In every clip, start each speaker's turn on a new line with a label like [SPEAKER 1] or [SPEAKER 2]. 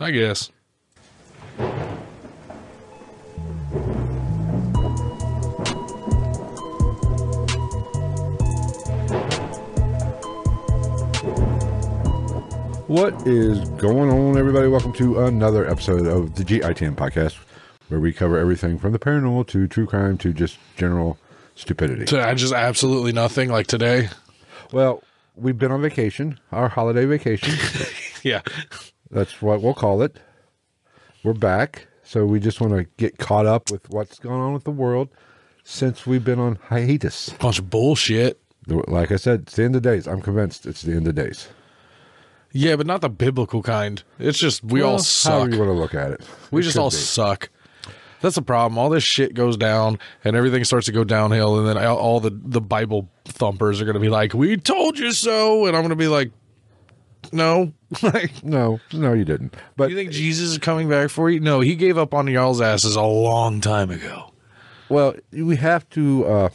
[SPEAKER 1] I guess.
[SPEAKER 2] What is going on, everybody? Welcome to another episode of the GITM podcast, where we cover everything from the paranormal to true crime to just general stupidity.
[SPEAKER 1] So I just absolutely nothing like today.
[SPEAKER 2] Well, we've been on vacation, our holiday vacation.
[SPEAKER 1] Yeah.
[SPEAKER 2] That's what we'll call it. We're back. So we just want to get caught up with what's going on with the world since we've been on hiatus.
[SPEAKER 1] Bunch of bullshit.
[SPEAKER 2] Like I said, it's the end of days. I'm convinced it's the end of days.
[SPEAKER 1] Yeah, but not the biblical kind. It's just we all
[SPEAKER 2] Well,
[SPEAKER 1] suck.
[SPEAKER 2] However you want to look at it.
[SPEAKER 1] we
[SPEAKER 2] It
[SPEAKER 1] just
[SPEAKER 2] could
[SPEAKER 1] all
[SPEAKER 2] be.
[SPEAKER 1] suck. That's the problem. All this shit goes down and everything starts to go downhill and then all- all the the Bible thumpers are going to be like, "We told you so." And I'm going to be like, "No." like
[SPEAKER 2] No, no, you didn't. But
[SPEAKER 1] you think Jesus is coming back for you? No, he gave up on y'all's asses a long time ago.
[SPEAKER 2] Well, we have to uh,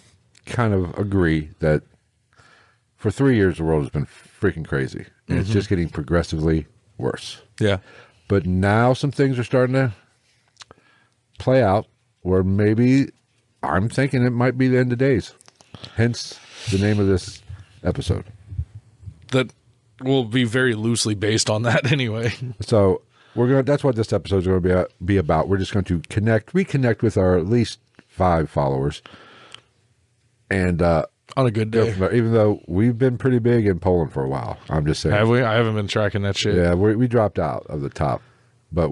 [SPEAKER 2] kind of agree that for three years the world has been freaking crazy, and it's just getting progressively worse.
[SPEAKER 1] Yeah.
[SPEAKER 2] But now some things are starting to play out, where maybe I'm thinking it might be the end of days. Hence the name of this episode.
[SPEAKER 1] That will be very loosely based on that anyway.
[SPEAKER 2] So we're going. to That's what this episode is going to be be about. We're just going to connect, reconnect with our at least five followers, and. uh
[SPEAKER 1] on a good
[SPEAKER 2] go
[SPEAKER 1] day.
[SPEAKER 2] from there, even though we've been pretty big in Poland for a while. I'm just saying.
[SPEAKER 1] Have we? I haven't been tracking that shit.
[SPEAKER 2] Yeah, we, we dropped out of the top, but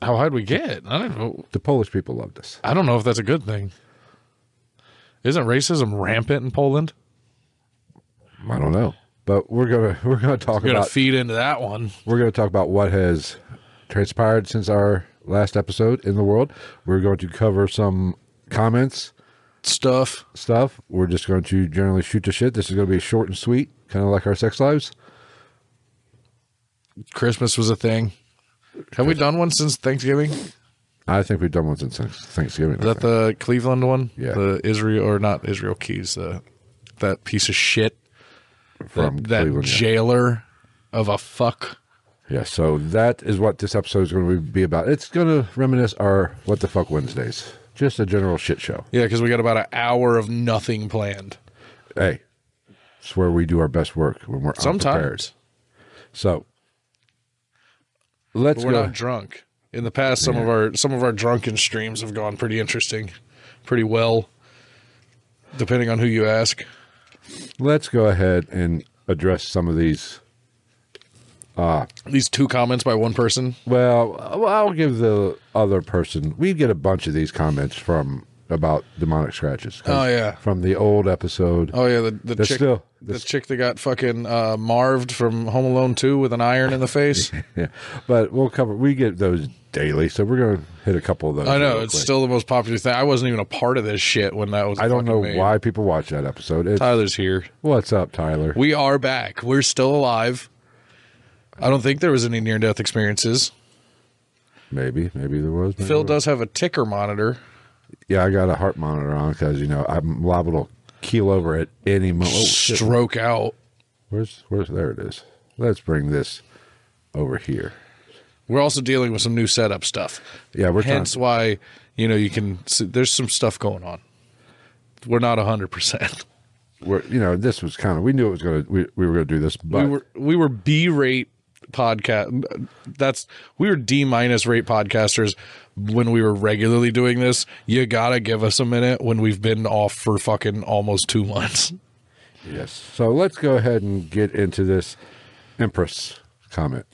[SPEAKER 1] How high would we get? I don't know.
[SPEAKER 2] the Polish people loved us.
[SPEAKER 1] I don't know if that's a good thing. Isn't racism rampant in Poland?
[SPEAKER 2] I don't know, but we're gonna we're gonna talk
[SPEAKER 1] We're gonna
[SPEAKER 2] about
[SPEAKER 1] feed into that one.
[SPEAKER 2] we're gonna talk about what has transpired since our last episode in the world. We're going to cover some comments
[SPEAKER 1] Stuff.
[SPEAKER 2] stuff. We're just going to generally shoot the shit. This is going to be short and sweet, kind of like our sex lives.
[SPEAKER 1] Christmas was a thing. Have we done one since Thanksgiving? Is
[SPEAKER 2] I think we've done one since Thanksgiving. I
[SPEAKER 1] that
[SPEAKER 2] think.
[SPEAKER 1] the Cleveland one?
[SPEAKER 2] Yeah.
[SPEAKER 1] The Israel or not Israel Keys, the that piece of shit.
[SPEAKER 2] from
[SPEAKER 1] that that
[SPEAKER 2] Cleveland, yeah.
[SPEAKER 1] jailer of a fuck.
[SPEAKER 2] Yeah, so that is what this episode is going to be about. It's going to reminisce our What the Fuck Wednesdays. Just a general shit show.
[SPEAKER 1] Yeah, because we got about an hour of nothing planned.
[SPEAKER 2] Hey, it's where we do our best work when we're unprepared.
[SPEAKER 1] Sometimes.
[SPEAKER 2] So let's
[SPEAKER 1] But we're
[SPEAKER 2] go.
[SPEAKER 1] not drunk. In the past, some of our some of our drunken streams have gone pretty interesting, pretty well, depending on who you ask.
[SPEAKER 2] let's go ahead and address some of these.
[SPEAKER 1] These two comments by one person.
[SPEAKER 2] Well, well, I'll give the other person. We get a bunch of these comments from about demonic scratches. 'cause
[SPEAKER 1] Oh, yeah.
[SPEAKER 2] from the old episode.
[SPEAKER 1] Oh yeah, the, the
[SPEAKER 2] That's
[SPEAKER 1] chick
[SPEAKER 2] still-
[SPEAKER 1] the
[SPEAKER 2] that's-
[SPEAKER 1] chick that got fucking uh, marved from Home Alone Two with an iron in the face.
[SPEAKER 2] Yeah, but we'll cover. We get those daily, so we're going to hit a couple of those.
[SPEAKER 1] I know
[SPEAKER 2] real
[SPEAKER 1] it's
[SPEAKER 2] quick.
[SPEAKER 1] still the most popular thing. I wasn't even a part of this shit when that was.
[SPEAKER 2] I don't
[SPEAKER 1] fucking
[SPEAKER 2] know
[SPEAKER 1] made.
[SPEAKER 2] why people watch that episode. It's,
[SPEAKER 1] Tyler's here.
[SPEAKER 2] what's up, Tyler?
[SPEAKER 1] We are back. We're still alive. I don't think there was any near death experiences.
[SPEAKER 2] maybe, maybe there was. Maybe
[SPEAKER 1] Phil
[SPEAKER 2] there was.
[SPEAKER 1] does have a ticker monitor.
[SPEAKER 2] Yeah, I got a heart monitor on because you know I'm liable to keel over at any moment. Oh, shit.
[SPEAKER 1] stroke out.
[SPEAKER 2] Where's where's there it is. Let's bring this over here.
[SPEAKER 1] We're also dealing with some new setup stuff.
[SPEAKER 2] Yeah, we're trying-
[SPEAKER 1] hence why you know you can. See, there's some stuff going on. We're not hundred percent.
[SPEAKER 2] We're you know this was kind of we knew it was gonna we, we were gonna do this, but
[SPEAKER 1] We were we were B rate podcast. That's we were D minus rate podcasters when we were regularly doing this. You gotta give us a minute when we've been off for fucking almost two months.
[SPEAKER 2] yes. So let's go ahead and get into this Empress comment.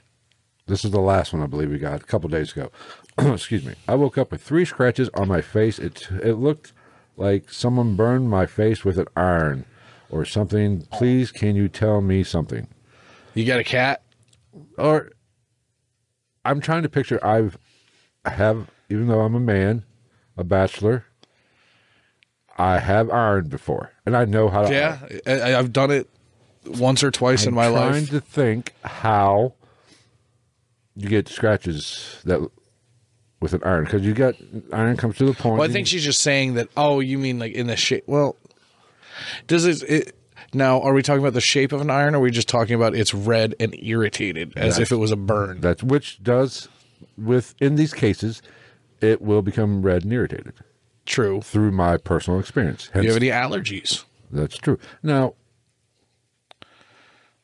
[SPEAKER 2] This is the last one I believe we got a couple days ago. Excuse me. I woke up with three scratches on my face. It it looked like someone burned my face with an iron or something. Please, can you tell me something?
[SPEAKER 1] You got a cat?
[SPEAKER 2] Or I'm trying to picture. I've I have even though I'm a man, a bachelor. I have ironed before, and I know how to.
[SPEAKER 1] Yeah, I, I've done it once or twice in my
[SPEAKER 2] I'm trying
[SPEAKER 1] life.
[SPEAKER 2] to think how you get scratches that with an iron because you got iron comes to the point.
[SPEAKER 1] Well, I think she's just saying that. Oh, you mean like in the shape? Well, does it, it? Now, are we talking about the shape of an iron? Or are we just talking about it's red and irritated, as if it was a burn?
[SPEAKER 2] that's which does with in these cases it will become red and irritated
[SPEAKER 1] True.
[SPEAKER 2] through my personal experience.
[SPEAKER 1] Do
[SPEAKER 2] Hence,
[SPEAKER 1] you have any allergies?
[SPEAKER 2] that's true. Now,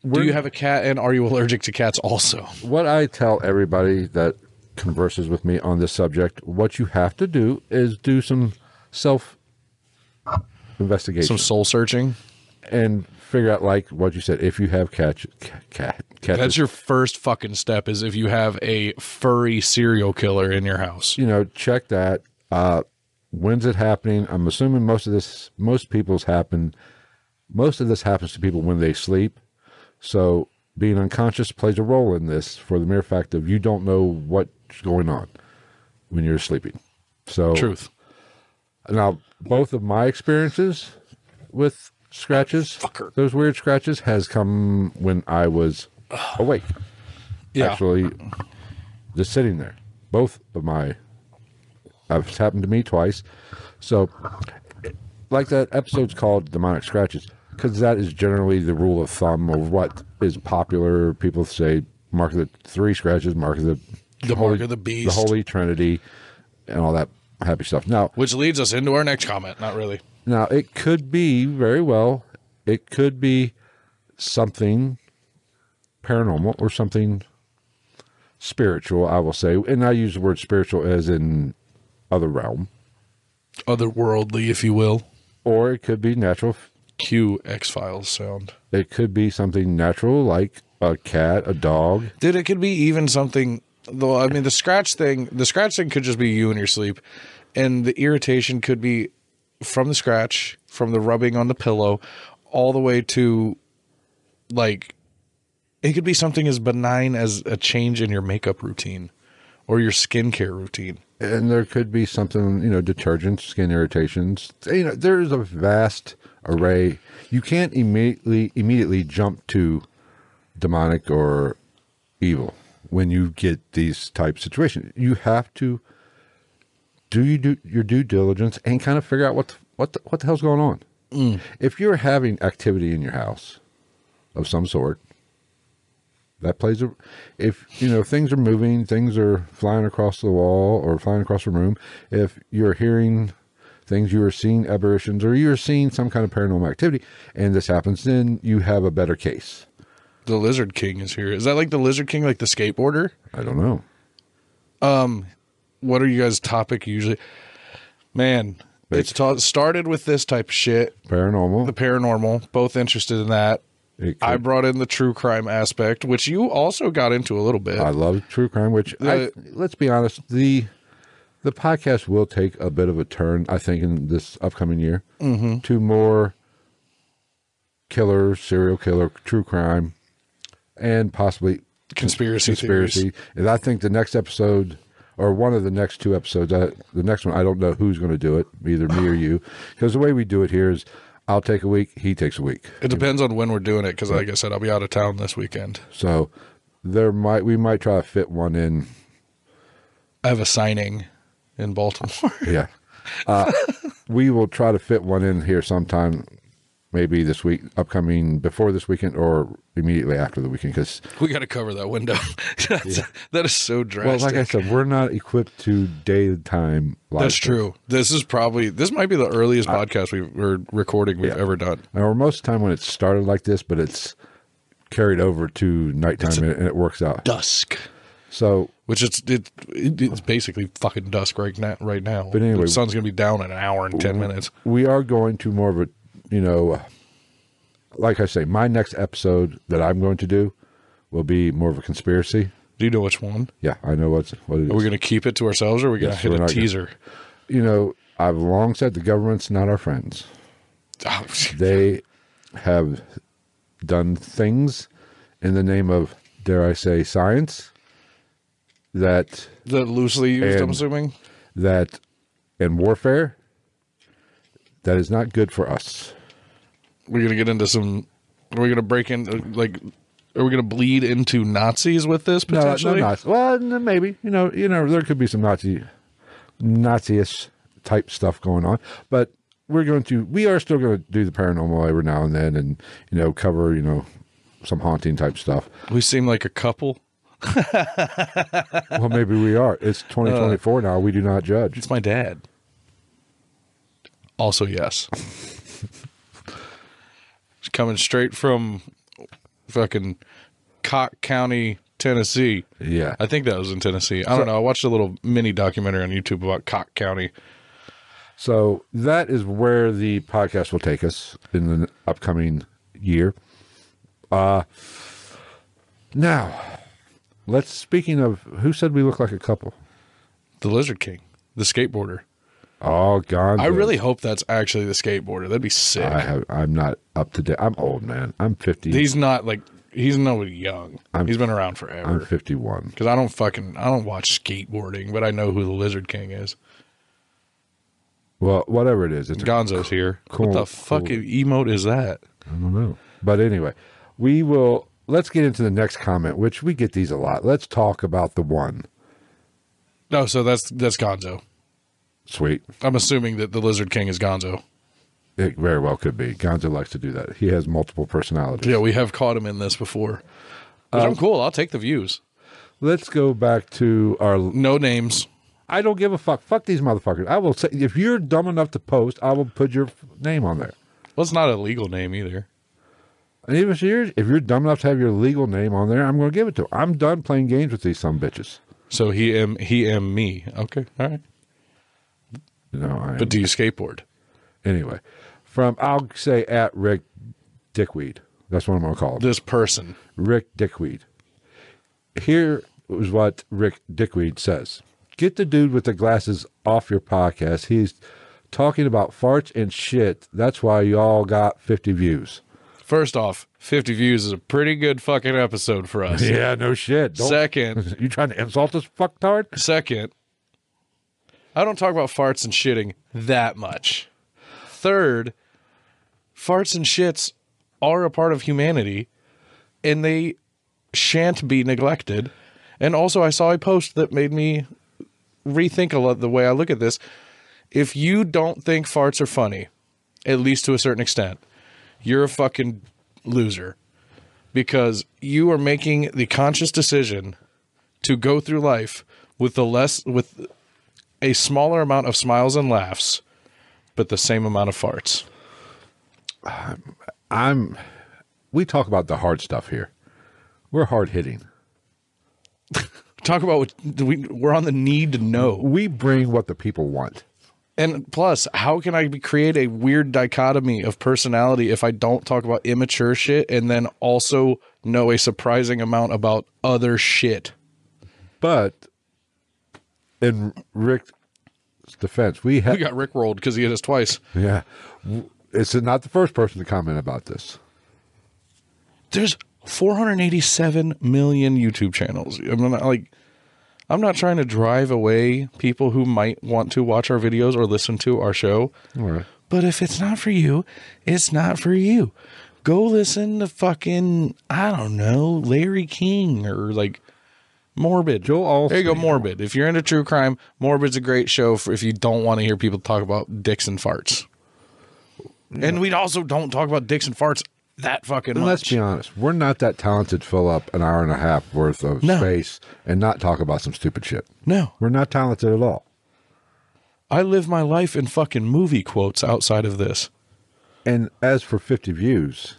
[SPEAKER 1] Do you have a cat? And are you allergic to cats? Also,
[SPEAKER 2] what I tell everybody that converses with me on this subject, what you have to do is do some self investigation
[SPEAKER 1] some soul searching.
[SPEAKER 2] and figure out like what you said if you have catch cat cat
[SPEAKER 1] That's your first fucking step. Is if you have a furry serial killer in your house.
[SPEAKER 2] you know, check that. Uh, when's it happening? I'm assuming most of this, most people's happen. Most of this happens to people when they sleep. So being unconscious plays a role in this for the mere fact of you don't know what's going on when you're sleeping. So
[SPEAKER 1] Truth.
[SPEAKER 2] now, both of my experiences with scratches, those weird scratches, has come when I was awake.
[SPEAKER 1] Yeah.
[SPEAKER 2] Actually, just sitting there. Both of my, I've it's happened to me twice. So, like that episode's called demonic scratches because that is generally the rule of thumb of what is popular. People say mark of the three scratches, mark of the
[SPEAKER 1] The mark of the beast.
[SPEAKER 2] the Holy Trinity, and all that happy stuff. Now,
[SPEAKER 1] Which leads us into our next comment. Not really.
[SPEAKER 2] now, it could be very well, it could be something paranormal or something spiritual, I will say. And I use the word spiritual as in other realm,
[SPEAKER 1] Otherworldly, if you will.
[SPEAKER 2] or it could be natural.
[SPEAKER 1] Cue X Files sound.
[SPEAKER 2] It could be something natural like a cat, a dog.
[SPEAKER 1] dude it could be even something though i mean the scratch thing the scratch thing could just be you in your sleep and the irritation could be from the scratch from the rubbing on the pillow all the way to like it could be something as benign as a change in your makeup routine or your skincare routine
[SPEAKER 2] And there could be something, you know, detergents, skin irritations. You know, there is a vast array. You can't immediately immediately jump to demonic or evil when you get these type situations. You have to do you do your due diligence and kind of figure out what the, what the, what the hell's going on. If you're having activity in your house of some sort, that plays a if you know things are moving, things are flying across the wall or flying across the room. If you're hearing things, you are seeing aberrations, or you're seeing some kind of paranormal activity, and this happens, then you have a better case.
[SPEAKER 1] the lizard king is here is that like the lizard king like the skateboarder
[SPEAKER 2] I don't know.
[SPEAKER 1] what are you guys topic usually man it's ta- started with this type of shit
[SPEAKER 2] Paranormal.
[SPEAKER 1] the paranormal, both interested in that.
[SPEAKER 2] It could-
[SPEAKER 1] I brought in the true crime aspect, which you also got into a little bit.
[SPEAKER 2] I love true crime, which I,
[SPEAKER 1] Uh,
[SPEAKER 2] let's be honest, the the podcast will take a bit of a turn, I think, in this upcoming year
[SPEAKER 1] Mm-hmm.
[SPEAKER 2] to more killer, serial killer, true crime, and possibly
[SPEAKER 1] conspiracy,
[SPEAKER 2] conspiracy.
[SPEAKER 1] theories.
[SPEAKER 2] And I think the next episode, or one of the next two episodes, I, the next one, I don't know who's going to do it, either me or you, because the way we do it here is I'll take a week, he takes a week.
[SPEAKER 1] It depends on when we're doing it, because like I said, I'll be out of town this weekend.
[SPEAKER 2] So there might we might try to fit one in
[SPEAKER 1] I have a signing in Baltimore.
[SPEAKER 2] Yeah. Uh, we will try to fit one in here sometime, maybe this week, upcoming before this weekend or immediately after the weekend. Because,
[SPEAKER 1] we got to cover that window. That's- That is so
[SPEAKER 2] well,
[SPEAKER 1] drastic.
[SPEAKER 2] like I said, we're not equipped to daytime live.
[SPEAKER 1] that's
[SPEAKER 2] stream.
[SPEAKER 1] true. This is probably this might be the earliest podcast we've or recording we've ever done.
[SPEAKER 2] Or most of the time when it started like this, but it's carried over to nighttime and, and it works out.
[SPEAKER 1] Dusk,
[SPEAKER 2] So,
[SPEAKER 1] which it's it, it, it's basically fucking dusk right now. Right now,
[SPEAKER 2] But anyway-
[SPEAKER 1] the sun's gonna be down in an hour and ten minutes.
[SPEAKER 2] we are going to more of a, you know, like I say, my next episode that I'm going to do will be more of a conspiracy.
[SPEAKER 1] Do you know which one?
[SPEAKER 2] Yeah, I know what's what it is.
[SPEAKER 1] Are we going to keep it to ourselves, or are we going to
[SPEAKER 2] Yes,
[SPEAKER 1] hit
[SPEAKER 2] we're
[SPEAKER 1] a
[SPEAKER 2] not gonna-
[SPEAKER 1] teaser?
[SPEAKER 2] you know, I've long said the government's not our friends. They have done things in the name of, dare I say, science that
[SPEAKER 1] The loosely used, I'm
[SPEAKER 2] And-
[SPEAKER 1] assuming.
[SPEAKER 2] that in warfare that is not good for us.
[SPEAKER 1] We're gonna get into some. Are we gonna break in? Like, are we gonna bleed into Nazis with this
[SPEAKER 2] No, no,
[SPEAKER 1] potentially?
[SPEAKER 2] Nazi- Well, n- maybe you know, you know, there could be some Nazi, Nazi-ish type stuff going on, but we're going to, we are still going to do the paranormal every now and then, and you know, cover you know some haunting type stuff.
[SPEAKER 1] We seem like a couple.
[SPEAKER 2] well, maybe we are. It's
[SPEAKER 1] Uh,
[SPEAKER 2] 2024 now. We do not judge.
[SPEAKER 1] It's my dad. Also, yes. He's coming straight from fucking Cock County, Tennessee.
[SPEAKER 2] Yeah.
[SPEAKER 1] I think that was in Tennessee. I don't know. I watched a little mini documentary on YouTube about Cock County.
[SPEAKER 2] So that is where the podcast will take us in the upcoming year. Uh now let's speaking of who said we look like a couple?
[SPEAKER 1] The Lizard King, the skateboarder.
[SPEAKER 2] Oh God.
[SPEAKER 1] I really hope that's actually the skateboarder. That'd be sick.
[SPEAKER 2] I have I'm not up to date. I'm old man. I'm fifty
[SPEAKER 1] he's not like, he's nobody young.
[SPEAKER 2] I'm-
[SPEAKER 1] he's been around
[SPEAKER 2] I'm
[SPEAKER 1] forever.
[SPEAKER 2] fifty one.
[SPEAKER 1] Because I don't fucking, I don't watch skateboarding, but I know who the Lizard King is.
[SPEAKER 2] Well, whatever it is, it's a
[SPEAKER 1] Gonzo's here.
[SPEAKER 2] cool,
[SPEAKER 1] what the
[SPEAKER 2] cool.
[SPEAKER 1] fucking emote is that?
[SPEAKER 2] I don't know. But anyway, we will let's get into the next comment, which we get these a lot. Let's talk about the one.
[SPEAKER 1] No, so that's that's Gonzo.
[SPEAKER 2] Sweet.
[SPEAKER 1] I'm assuming that the Lizard King is Gonzo.
[SPEAKER 2] It very well could be. Gonzo likes to do that. He has multiple personalities.
[SPEAKER 1] Yeah, we have caught him in this before. Which
[SPEAKER 2] Uh,
[SPEAKER 1] I'm cool. I'll take the views.
[SPEAKER 2] Let's go back to our.
[SPEAKER 1] No names.
[SPEAKER 2] I don't give a fuck. Fuck these motherfuckers. I will say if you're dumb enough to post, I will put your f- name on there.
[SPEAKER 1] Well, it's not a legal name either.
[SPEAKER 2] And even if you're, if you're dumb enough to have your legal name on there, I'm going to give it to 'em. I'm done playing games with these some bitches.
[SPEAKER 1] So he am he am me. Okay, all right.
[SPEAKER 2] You know. I am-
[SPEAKER 1] But do you skateboard?
[SPEAKER 2] anyway, from I'll say at Rick Dickweed. That's what I'm going to call him.
[SPEAKER 1] This person.
[SPEAKER 2] Rick Dickweed. Here is what Rick Dickweed says Get the dude with the glasses off your podcast. He's talking about farts and shit. That's why y'all got 50 views.
[SPEAKER 1] First off, 50 views is a pretty good fucking episode for us.
[SPEAKER 2] Yeah, no shit. Don't-
[SPEAKER 1] Second,
[SPEAKER 2] you trying to insult us, fucktard?
[SPEAKER 1] Second, I don't talk about farts and shitting that much. Third, farts and shits are a part of humanity and they shan't be neglected. And also, I saw a post that made me rethink a lot the way I look at this. If you don't think farts are funny, at least to a certain extent, you're a fucking loser because you are making the conscious decision to go through life with the less with a smaller amount of smiles and laughs but the same amount of farts
[SPEAKER 2] I'm. We talk about the hard stuff here. We're hard hitting.
[SPEAKER 1] talk about what we, we're on the need to know
[SPEAKER 2] We bring what the people want.
[SPEAKER 1] and plus how can i be, create a weird dichotomy of personality if i don't talk about immature shit and then also know a surprising amount about other shit
[SPEAKER 2] But in Rick's defense, we have.
[SPEAKER 1] we got rickrolled because he hit us twice
[SPEAKER 2] Yeah. W- It's not the first person to comment about this.
[SPEAKER 1] there's 487 million YouTube channels. I'm not like I'm not trying to drive away people who might want to watch our videos or listen to our show.
[SPEAKER 2] right.
[SPEAKER 1] But if it's not for you, it's not for you. Go listen to fucking I don't know, Larry King or like Morbid.
[SPEAKER 2] Joel
[SPEAKER 1] There you go,
[SPEAKER 2] Alstein.
[SPEAKER 1] Morbid. If you're into true crime, Morbid's a great show for if you don't want to hear people talk about dicks and farts. And we also don't talk about dicks and farts that fucking
[SPEAKER 2] And
[SPEAKER 1] much.
[SPEAKER 2] let's be honest, we're not that talented to fill up an hour and a half worth of
[SPEAKER 1] No.
[SPEAKER 2] space and not talk about some stupid shit.
[SPEAKER 1] No.
[SPEAKER 2] We're not talented at all.
[SPEAKER 1] I live my life in fucking movie quotes outside of this.
[SPEAKER 2] And as for 50 views,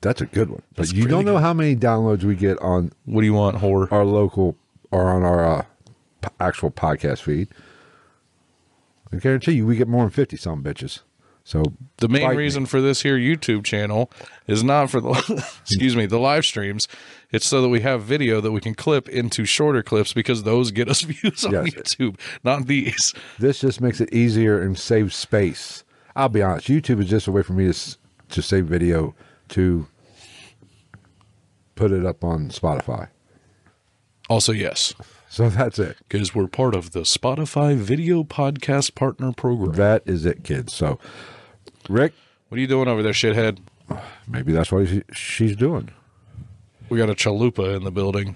[SPEAKER 2] that's a good one. But
[SPEAKER 1] That's
[SPEAKER 2] you
[SPEAKER 1] pretty
[SPEAKER 2] don't know
[SPEAKER 1] good.
[SPEAKER 2] how many downloads we get on
[SPEAKER 1] What do you want, whore?
[SPEAKER 2] our local or on our uh, p- actual podcast feed. I guarantee you we get more than 50 some bitches. So
[SPEAKER 1] The main
[SPEAKER 2] bite me.
[SPEAKER 1] reason for this here YouTube channel is not for the excuse me, the live streams. It's so that we have video that we can clip into shorter clips because those get us views on
[SPEAKER 2] Yes.
[SPEAKER 1] YouTube, not these.
[SPEAKER 2] This just makes it easier and saves space. I'll be honest, YouTube is just a way for me to s- to save video to put it up on Spotify.
[SPEAKER 1] Also, yes.
[SPEAKER 2] So that's it.
[SPEAKER 1] because we're part of the Spotify Video Podcast Partner Program.
[SPEAKER 2] That is it, kids. So, Rick,
[SPEAKER 1] what are you doing over there, shithead?
[SPEAKER 2] maybe that's what he- she's doing.
[SPEAKER 1] We got a chalupa in the building.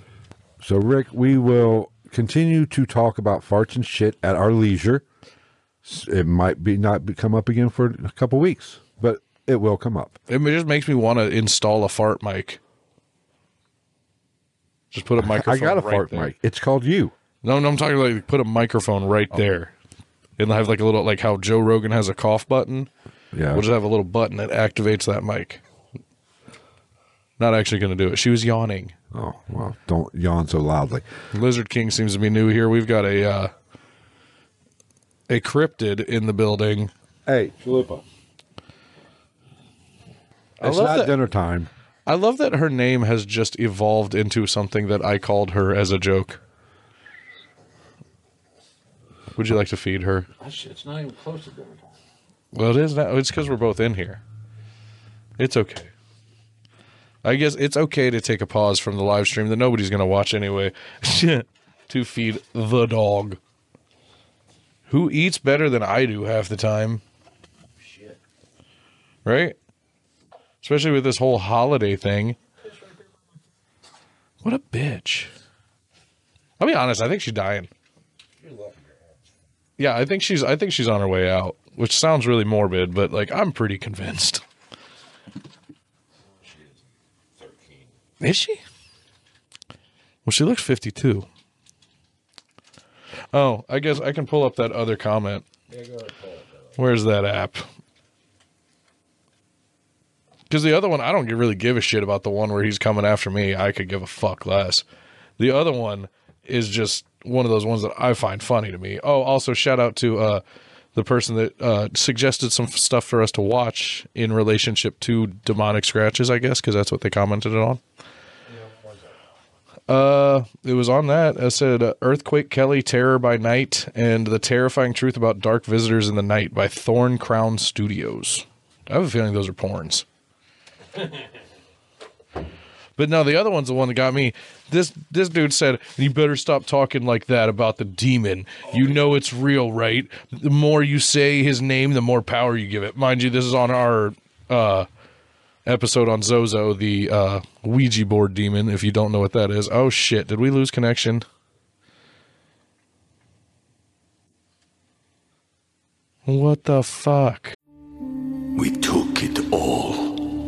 [SPEAKER 2] So, Rick, we will continue to talk about farts and shit at our leisure. S- It might be not be come up again for a couple weeks, but it will come up.
[SPEAKER 1] It just makes me want to install a fart mic. Just put a microphone.
[SPEAKER 2] I got a
[SPEAKER 1] right
[SPEAKER 2] fart
[SPEAKER 1] there.
[SPEAKER 2] mic. Oh. It's called you.
[SPEAKER 1] No, no, I'm talking like put a microphone right there, and have like a little like how Joe Rogan has a cough button.
[SPEAKER 2] Yeah.
[SPEAKER 1] We'll just have a little button that activates that mic. Not actually going to do it. She was yawning.
[SPEAKER 2] Oh well, don't yawn so loudly.
[SPEAKER 1] Lizard King seems to be new here. We've got a uh, a cryptid in the building.
[SPEAKER 2] Hey, Chalupa. It's
[SPEAKER 1] love
[SPEAKER 2] not
[SPEAKER 1] that-
[SPEAKER 2] dinner time.
[SPEAKER 1] I love that her name has just evolved into something that I called her as a joke. Would you like to feed her?
[SPEAKER 2] It's not even close to dinner time.
[SPEAKER 1] Well, it is now. It's because we're both in here. It's okay. I guess it's okay to take a pause from the live stream that nobody's going to watch anyway to feed the dog. Who eats better than I do half the time? Shit. Right? Especially with this whole holiday thing. What a bitch. I'll be honest, I think she's dying. Yeah, I think she's I think she's on her way out, which sounds really morbid, but like I'm pretty convinced. Is she? Well, she looks 52. Oh, I guess I can pull up that other comment. Where's that app? Because the other one, I don't gi- really give a shit about the one where he's coming after me. I could give a fuck less. The other one is just one of those ones that I find funny to me. Oh, also shout out to uh, the person that uh, suggested some f- stuff for us to watch in relationship to demonic scratches, I guess, because that's what they commented on. Uh, it was on that. I said uh, "Earthquake Kelly: Terror by Night" and "The Terrifying Truth About Dark Visitors in the Night" by Thorn Crown Studios. I have a feeling those are porns. But no, the other one's the one that got me. This this dude said, "You better stop talking like that about the demon. You know it's real, right? The more you say his name, the more power you give it." Mind you, this is on our uh, episode on Zozo, the uh, Ouija board demon. If you don't know what that is, oh shit, did we lose connection? What the fuck?
[SPEAKER 3] We took it all.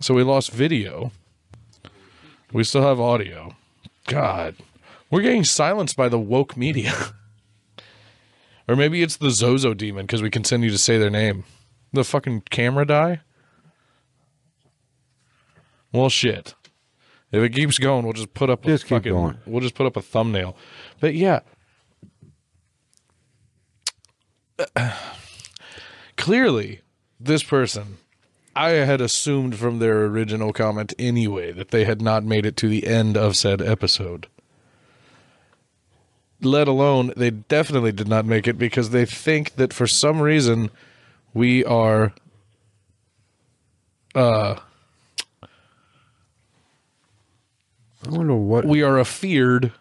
[SPEAKER 1] So we lost video. We still have audio. God, we're getting silenced by the woke media. or maybe it's the Zozo demon because we continue to say their name. The fucking camera die? Well, shit. If it keeps going, we'll just put up a
[SPEAKER 2] Just keep
[SPEAKER 1] fucking,
[SPEAKER 2] going.
[SPEAKER 1] We'll just put up a thumbnail. But yeah. Clearly, this person I had assumed from their original comment anyway that they had not made it to the end of said episode. Let alone, they definitely did not make it because they think that for some reason we are.
[SPEAKER 2] I wonder what
[SPEAKER 1] we are afeared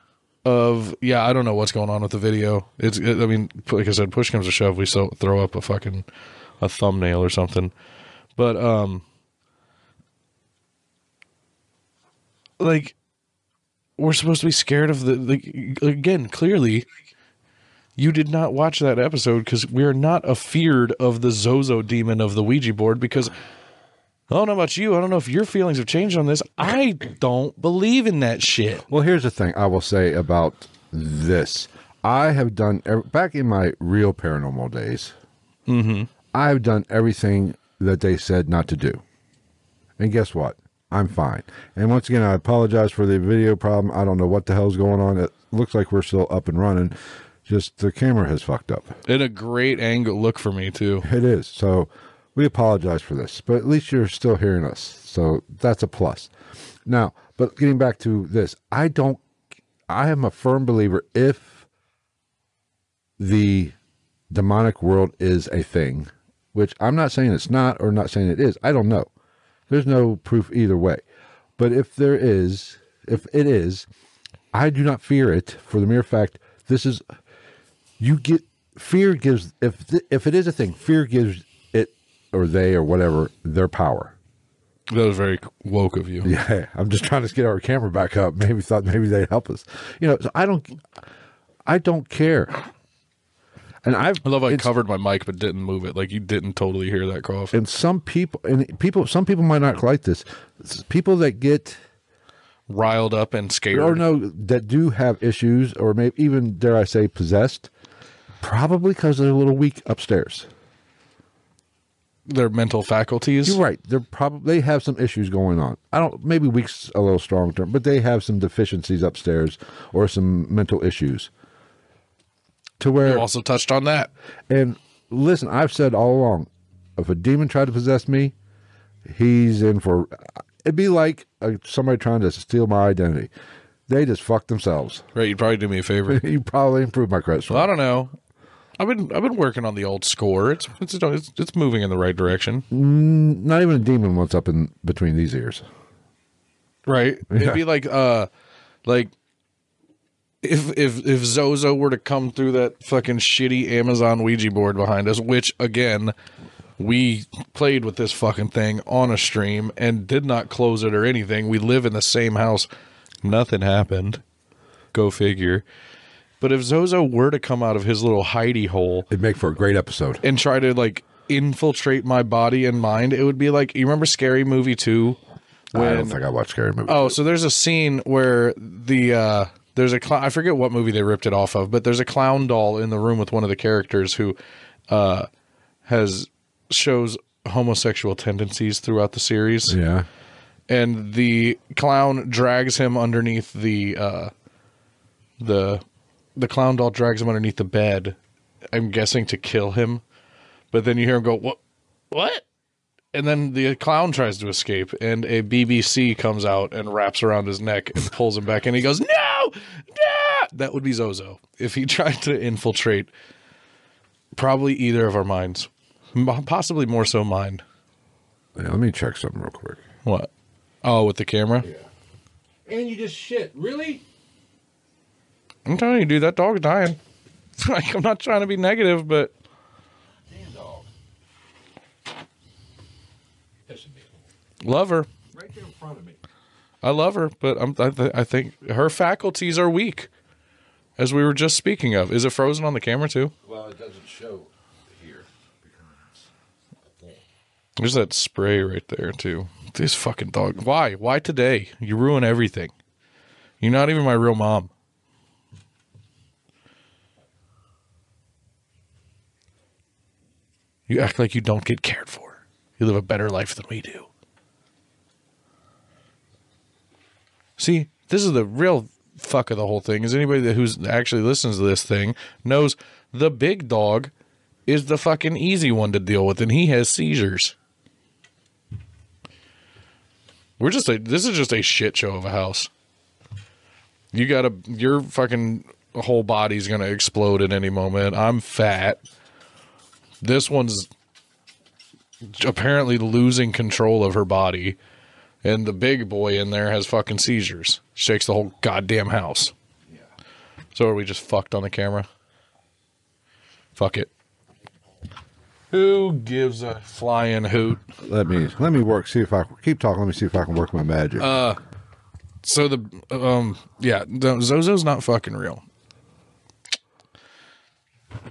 [SPEAKER 1] of yeah i don't know what's going on with the video it's it, i mean p- like i said push comes to shove we so throw up a fucking a thumbnail or something but um like we're supposed to be scared of the like again clearly you did not watch that episode because we are not afeared of the zozo demon of the ouija board because I don't know about you. I don't know if your feelings have changed on this. I don't believe in that shit.
[SPEAKER 2] Well, here's the thing I will say about this. I have done ev- back in my real paranormal days.
[SPEAKER 1] Mm-hmm.
[SPEAKER 2] I've done everything that they said not to do, and guess what? I'm fine. And once again, I apologize for the video problem. I don't know what the hell's going on. It looks like we're still up and running. Just the camera has fucked up.
[SPEAKER 1] In a great angle look for me too.
[SPEAKER 2] It is. So we apologize for this, but at least you're still hearing us. So that's a plus. Now, but getting back to this, I don't, I am a firm believer if the demonic world is a thing, which I'm not saying it's not or not saying it is. I don't know. There's no proof either way. But if there is, if it is, I do not fear it for the mere fact this is you get fear gives if th- if it is a thing fear gives it or they or whatever their power
[SPEAKER 1] That was very woke of you.
[SPEAKER 2] yeah i'm just trying to get our camera back up maybe thought maybe they'd help us you know so i don't i don't care and i've
[SPEAKER 1] I love I
[SPEAKER 2] it's-
[SPEAKER 1] covered my mic but didn't move it. Like you didn't totally hear that cough.
[SPEAKER 2] and some people and people some people might not like this It's people that get
[SPEAKER 1] Riled up and scared.
[SPEAKER 2] or Oh, no that do have issues or maybe even dare i say possessed probably because they're a little weak upstairs
[SPEAKER 1] Their mental faculties.
[SPEAKER 2] You're right. They're probably they have some issues going on. I don't maybe weeks a little strong term, but they have some deficiencies upstairs or some mental issues. To where
[SPEAKER 1] You also touched on that.
[SPEAKER 2] and listen, I've said all along, if a demon tried to possess me, he's in for. It'd be like uh, somebody trying to steal my identity. They just fuck themselves.
[SPEAKER 1] Right, you'd probably do me a favor.
[SPEAKER 2] you probably improve my credit score.
[SPEAKER 1] I don't know. I've been I've been working on the old score. It's it's it's, it's moving in the right direction.
[SPEAKER 2] Not even a demon wants up in between these ears.
[SPEAKER 1] Right. It'd be like uh like if if if Zozo were to come through that fucking shitty Amazon Ouija board behind us, which again we played with this fucking thing on a stream and did not close it or anything. We live in the same house. Nothing happened. Go figure. But if Zozo were to come out of his little hidey hole
[SPEAKER 2] It'd make for a great episode.
[SPEAKER 1] and try to like infiltrate my body and mind, it would be like you remember Scary Movie 2
[SPEAKER 2] I don't think I watch scary movies.
[SPEAKER 1] Oh, so there's a scene where the uh there's a clown I forget what movie they ripped it off of, but there's a clown doll in the room with one of the characters who uh has shows homosexual tendencies throughout the series
[SPEAKER 2] yeah.
[SPEAKER 1] and the clown drags him underneath the uh the the clown doll drags him underneath the bed i'm guessing to kill him but then you hear him go what what and then the clown tries to escape and a bbc comes out and wraps around his neck and pulls him back and he goes no no that would be zozo if he tried to infiltrate probably either of our minds M- possibly more so mine
[SPEAKER 2] Yeah, let me check something real quick.
[SPEAKER 1] what oh with the camera
[SPEAKER 2] And you just shit. Really?
[SPEAKER 1] I'm telling you, dude, that dog's dying. like, I'm not trying to be negative, but love her.
[SPEAKER 2] Right there in front of me.
[SPEAKER 1] I love her, but I'm, I, th- I think her faculties are weak, as we were just speaking of. Is it frozen on the camera too?
[SPEAKER 2] Well, it doesn't show here.
[SPEAKER 1] There's that spray right there too. This fucking dog. Why? Why today? You ruin everything. You're not even my real mom. You act like you don't get cared for. You live a better life than we do. See, this is the real fuck of the whole thing. Is anybody that who's actually listens to this thing knows the big dog is the fucking easy one to deal with, and he has seizures. We're just a this is just a shit show of a house. You gotta your fucking whole body's gonna explode at any moment. I'm fat. This one's apparently losing control of her body. And the big boy in there has fucking seizures. Shakes the whole goddamn house. So are we just fucked on the camera? Fuck it. Who gives a flying hoot?
[SPEAKER 2] Let me let me work. See if I keep talking. Let me see if I can work my magic.
[SPEAKER 1] So the um yeah, no, Zozo's not fucking real.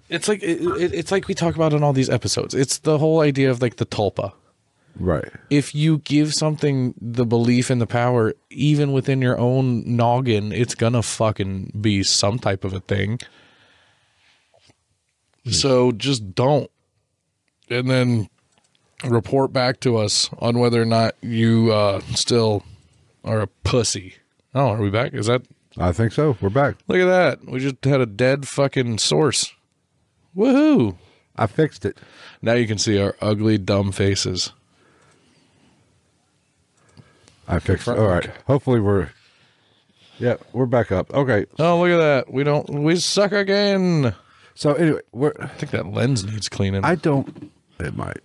[SPEAKER 1] It's like it, it, it's like we talk about in all these episodes. It's the whole idea of like the tulpa.
[SPEAKER 2] right.
[SPEAKER 1] If you give something the belief and the power, even within your own noggin, it's gonna fucking be some type of a thing. So just don't. And then report back to us on whether or not you uh, still are a pussy. Oh, are we back? Is that
[SPEAKER 2] I think so. We're back.
[SPEAKER 1] look at that? We just had a dead fucking source. Woohoo!
[SPEAKER 2] I fixed it.
[SPEAKER 1] Now you can see our ugly, dumb faces.
[SPEAKER 2] I fixed it.
[SPEAKER 1] front-
[SPEAKER 2] All right.
[SPEAKER 1] okay.
[SPEAKER 2] Hopefully we're Yeah, we're back up. Okay.
[SPEAKER 1] Oh, look at that! We don't. We suck again.
[SPEAKER 2] So anyway, we're
[SPEAKER 1] I think that lens needs cleaning.
[SPEAKER 2] I don't it might.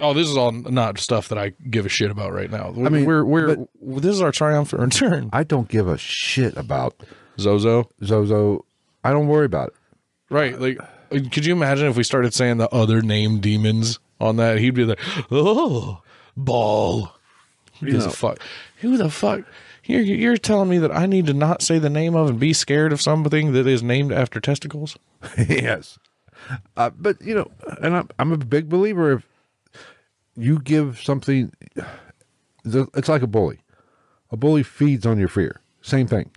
[SPEAKER 1] oh, this is all not stuff that I give a shit about right now. I
[SPEAKER 2] mean,
[SPEAKER 1] mean, we're we're this is our triumphant return.
[SPEAKER 2] I don't give a shit about
[SPEAKER 1] Zozo.
[SPEAKER 2] Zozo. I don't worry about it.
[SPEAKER 1] Right. Like, could you imagine if we started saying the other name demons on that? He'd be like, oh, ball. Who gives a fuck? Who the fuck? You're, you're telling me that I need to not say the name of and be scared of something that is named after testicles?
[SPEAKER 2] yes. Uh, but you know, and I'm, I'm a big believer if you give something, the- it's like a bully. A bully feeds on your fear. Same thing.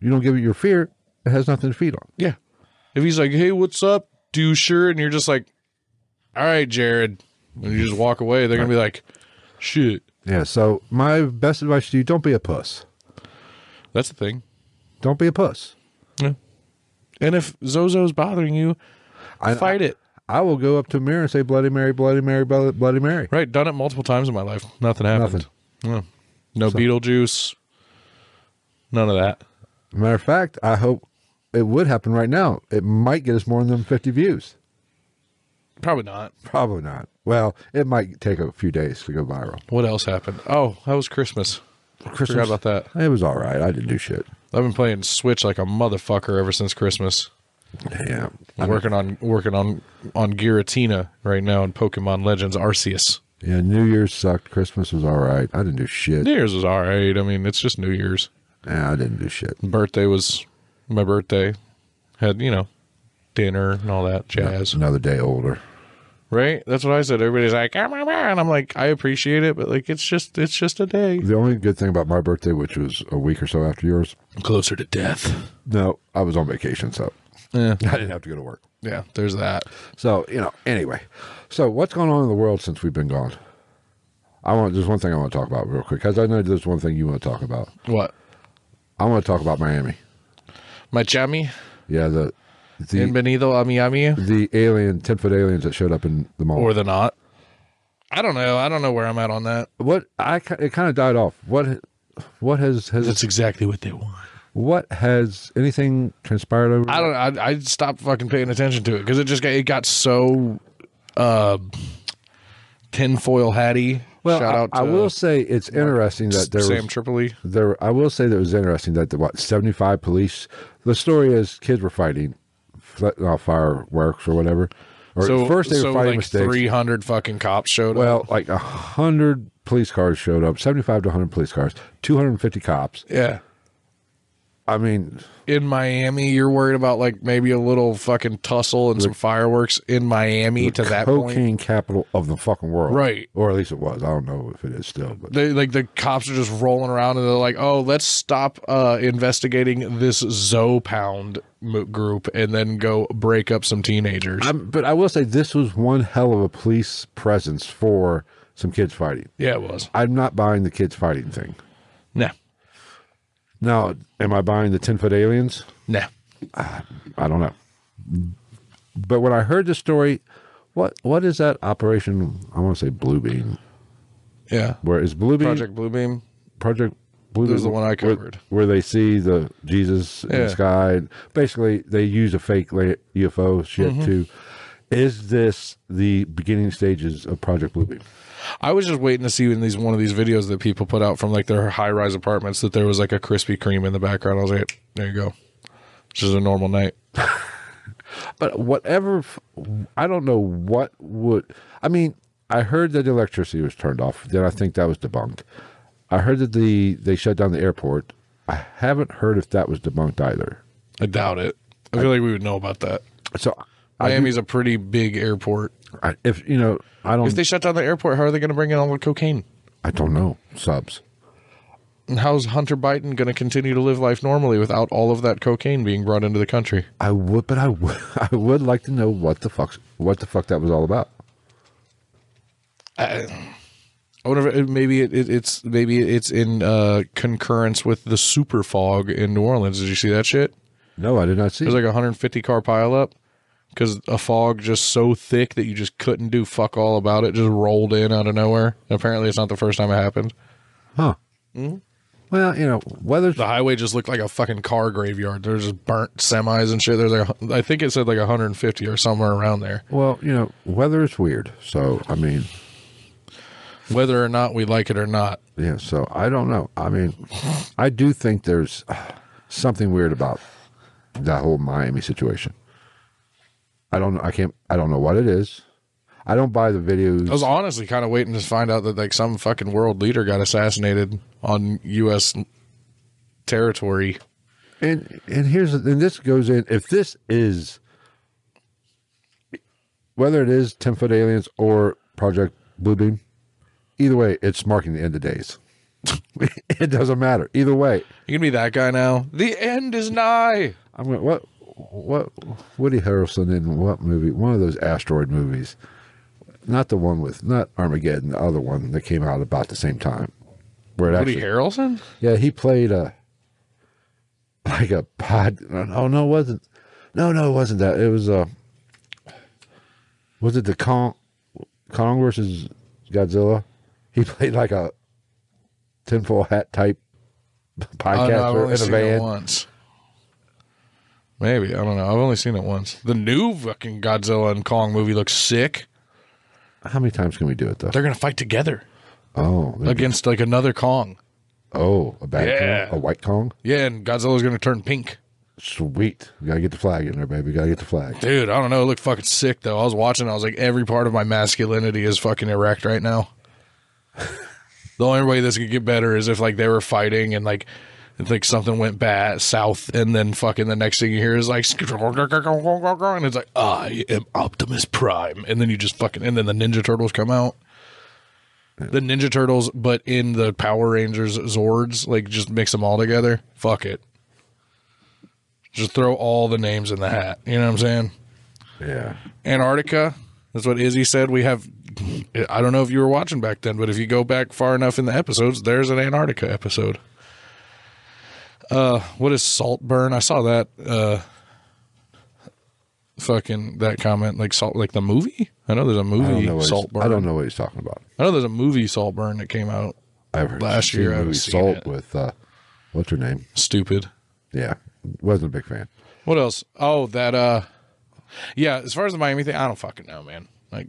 [SPEAKER 2] You don't give it your fear, it has nothing to feed on.
[SPEAKER 1] Yeah. If he's like, hey, what's up, doucher? And you're just like, all right, Jared. And you just walk away. They're going to be like, shit.
[SPEAKER 2] Yeah. So my best advice to you: don't be a puss.
[SPEAKER 1] That's the thing.
[SPEAKER 2] Don't be a puss.
[SPEAKER 1] Yeah. And if Zozo's bothering you,
[SPEAKER 2] I-
[SPEAKER 1] fight it.
[SPEAKER 2] I will go up to a mirror and say Bloody Mary, Bloody Mary, Blo- Bloody Mary.
[SPEAKER 1] Right, done it multiple times in my life. Nothing happened. Yeah. No Beetlejuice. None of that.
[SPEAKER 2] Matter of fact, I hope it would happen right now. It might get us more than 50 views.
[SPEAKER 1] Probably not.
[SPEAKER 2] Probably not. Well, it might take a few days to go viral.
[SPEAKER 1] What else happened? Oh, that was Christmas.
[SPEAKER 2] Christmas.
[SPEAKER 1] Forgot about that.
[SPEAKER 2] It was all right. I didn't do shit.
[SPEAKER 1] I've been playing Switch like a motherfucker ever since Christmas.
[SPEAKER 2] Yeah.
[SPEAKER 1] I'm working on working on on Giratina right now in Pokemon Legends Arceus.
[SPEAKER 2] Yeah. New Year's sucked. Christmas was all right. I didn't do shit.
[SPEAKER 1] New Year's was all right. I mean, it's just New Year's.
[SPEAKER 2] Yeah, I didn't do shit.
[SPEAKER 1] Birthday was my birthday. Had you know dinner and all that jazz.
[SPEAKER 2] Another day older.
[SPEAKER 1] right? That's what I said. Everybody's like, "Ah, rah, rah," and I'm like, I appreciate it, but like, it's just, it's just a day
[SPEAKER 2] The only good thing about my birthday, which was a week or so after yours,
[SPEAKER 1] closer to death.
[SPEAKER 2] no, I was on vacation, so
[SPEAKER 1] Yeah,
[SPEAKER 2] I didn't have to go to work.
[SPEAKER 1] yeah. There's that.
[SPEAKER 2] So you know, anyway. So what's going on in the world since we've been gone? I want there's one thing I want to talk about real quick because I know there's one thing you want to talk about.
[SPEAKER 1] What?
[SPEAKER 2] I want to talk about Miami.
[SPEAKER 1] My chummy
[SPEAKER 2] Yeah, the the
[SPEAKER 1] bienvenido a Miami,
[SPEAKER 2] the alien ten foot aliens that showed up in the mall.
[SPEAKER 1] or the not? I don't know. I don't know where I'm at on that.
[SPEAKER 2] what I ki- it kind of died off. What what has has
[SPEAKER 1] That's exactly what they want.
[SPEAKER 2] what has anything transpired over?
[SPEAKER 1] I don't. I, I stopped fucking paying attention to it because it just got, it got so uh, tinfoil hatty.
[SPEAKER 2] well,
[SPEAKER 1] Shout
[SPEAKER 2] I,
[SPEAKER 1] out. To uh,
[SPEAKER 2] I will say it's interesting that there
[SPEAKER 1] Sam
[SPEAKER 2] was,
[SPEAKER 1] Tripoli.
[SPEAKER 2] there I will say that it was interesting that the what 75 police the story is kids were fighting fl- uh, fireworks or whatever or
[SPEAKER 1] So
[SPEAKER 2] first they
[SPEAKER 1] so
[SPEAKER 2] were fighting
[SPEAKER 1] like
[SPEAKER 2] mistakes
[SPEAKER 1] three hundred fucking cops showed up.
[SPEAKER 2] well like 100 police cars showed up 75 to 100 police cars 250 cops
[SPEAKER 1] Yeah.
[SPEAKER 2] I mean
[SPEAKER 1] in Miami, you're worried about like maybe a little fucking tussle and some fireworks in Miami to that point.
[SPEAKER 2] cocaine capital of the fucking world
[SPEAKER 1] Right.
[SPEAKER 2] or at least it was I don't know if it is still but
[SPEAKER 1] They, like the cops are just rolling around and they're like, "Oh, let's stop uh, investigating this Zoe Pound mo- group and then go break up some teenagers."
[SPEAKER 2] I'm, Um, but I will say this was one hell of a police presence for some kids fighting
[SPEAKER 1] yeah, it was.
[SPEAKER 2] I'm not buying the kids fighting thing
[SPEAKER 1] Nah,
[SPEAKER 2] now am I buying the 10 foot aliens
[SPEAKER 1] nah.
[SPEAKER 2] I don't know. But when I heard the story, what what is that operation? I want to say Bluebeam.
[SPEAKER 1] Yeah,
[SPEAKER 2] Where is Bluebeam?
[SPEAKER 1] Project Bluebeam.
[SPEAKER 2] Project Bluebeam
[SPEAKER 1] was the one I
[SPEAKER 2] where-
[SPEAKER 1] covered.
[SPEAKER 2] Where, they see the Jesus in
[SPEAKER 1] Yeah.
[SPEAKER 2] the sky. Basically, they use a fake la- UFO shit
[SPEAKER 1] Mm-hmm.
[SPEAKER 2] to. Is this the beginning stages of Project Bluebeam?
[SPEAKER 1] I was just waiting to see in these one of these videos that people put out from like their high rise apartments that there was like a Krispy Kreme in the background. I was like, "There you go." It's just a normal night.
[SPEAKER 2] But whatever, f- I don't know what would. I mean, I heard that the electricity was turned off. Then I think that was debunked. I heard that the they shut down the airport. I haven't heard if that was debunked either.
[SPEAKER 1] I doubt it. I feel like we would know about that.
[SPEAKER 2] So, I, do-
[SPEAKER 1] Miami's a pretty big airport.
[SPEAKER 2] I, if you know, I don't.
[SPEAKER 1] If they shut down the airport, how are they going to bring in all the cocaine?
[SPEAKER 2] I don't know subs.
[SPEAKER 1] And how's Hunter Biden going to continue to live life normally without all of that cocaine being brought into the country?
[SPEAKER 2] I would, but I would. I would like to know what the fuck. What the fuck that was all about.
[SPEAKER 1] I, I wonder if it- maybe it, it, it's maybe it's in uh, concurrence with the super fog in New Orleans. Did you see that shit?
[SPEAKER 2] No, I did not see.
[SPEAKER 1] There's like a 150 car pileup because a fog just so thick that you just couldn't do fuck all about it. Just rolled in out of nowhere. Apparently, it's not the first time it happened.
[SPEAKER 2] huh.
[SPEAKER 1] hmm?
[SPEAKER 2] Well, you know, weather's
[SPEAKER 1] The highway just looked like a fucking car graveyard. There's just burnt semis and shit. There's like a- I think it said like 150 or somewhere around there.
[SPEAKER 2] well, you know, weather is weird. So I mean,
[SPEAKER 1] Whether or not we like it or not,
[SPEAKER 2] yeah. So I don't know. I mean, I do think there's something weird about that whole Miami situation. I don't. I can't. I don't know what it is. I don't buy the videos.
[SPEAKER 1] I was honestly kind of waiting to find out that like some fucking world leader got assassinated on U.S. territory.
[SPEAKER 2] And and here's and this goes in if this is whether it is ten foot aliens or Project Bluebeam, either way, it's marking the end of days. it doesn't matter either way.
[SPEAKER 1] You gonna be that guy now? The end is nigh.
[SPEAKER 2] I'm going what what Woody Harrelson in what movie? One of those asteroid movies, not the one with not Armageddon, the other one that came out about the same time. Where it
[SPEAKER 1] Woody
[SPEAKER 2] actually,
[SPEAKER 1] Harrelson?
[SPEAKER 2] Yeah, he played a like a pod. Oh no, it wasn't. No, no, it wasn't that. It was uh Was it the Kong Kong versus Godzilla? He played like a tinfoil hat type
[SPEAKER 1] I don't know, Oh, I've
[SPEAKER 2] podcaster
[SPEAKER 1] only
[SPEAKER 2] in a
[SPEAKER 1] seen it
[SPEAKER 2] van.
[SPEAKER 1] once. Maybe I don't know. I've only seen it once. The new fucking Godzilla and Kong movie looks sick.
[SPEAKER 2] How many times can we do it though?
[SPEAKER 1] They're gonna fight together
[SPEAKER 2] Oh, there'd be-
[SPEAKER 1] against like another Kong.
[SPEAKER 2] oh, a bad
[SPEAKER 1] Yeah.
[SPEAKER 2] Kong, a white Kong.
[SPEAKER 1] Yeah, and Godzilla's gonna turn pink.
[SPEAKER 2] Sweet, we gotta get the flag in there, baby. Gotta get the flag.
[SPEAKER 1] Dude, I don't know. It looked fucking sick though. I was watching. I was like, every part of my masculinity is fucking erect right now. the only way this could get better is if like they were fighting and like if, like something went bad south, and then fucking the next thing you hear is like, and it's like I am Optimus Prime, and then you just fucking and then the Ninja Turtles come out. The Ninja Turtles, but in the Power Rangers Zords, like just mix them all together. Fuck it. Just throw all the names in the hat. You know what I'm saying?
[SPEAKER 2] Yeah,
[SPEAKER 1] Antarctica. That's what Izzy said. We have, I don't know if you were watching back then, but if you go back far enough in the episodes, there's an Antarctica episode. Uh, what is Saltburn? I saw that, uh, fucking that comment, like salt, like the movie. I know there's a
[SPEAKER 2] I don't
[SPEAKER 1] movie
[SPEAKER 2] know. What he's,
[SPEAKER 1] Saltburn.
[SPEAKER 2] I don't know what he's talking about.
[SPEAKER 1] I know there's a movie Saltburn that came out.
[SPEAKER 2] I've heard
[SPEAKER 1] Last
[SPEAKER 2] seen
[SPEAKER 1] year
[SPEAKER 2] the
[SPEAKER 1] I
[SPEAKER 2] movie
[SPEAKER 1] was seeing
[SPEAKER 2] Salt
[SPEAKER 1] it.
[SPEAKER 2] with uh, what's her name?
[SPEAKER 1] Stupid.
[SPEAKER 2] Yeah, wasn't a big fan.
[SPEAKER 1] What else? Oh, that. uh Yeah, as far as the Miami thing, I don't fucking know, man. Like,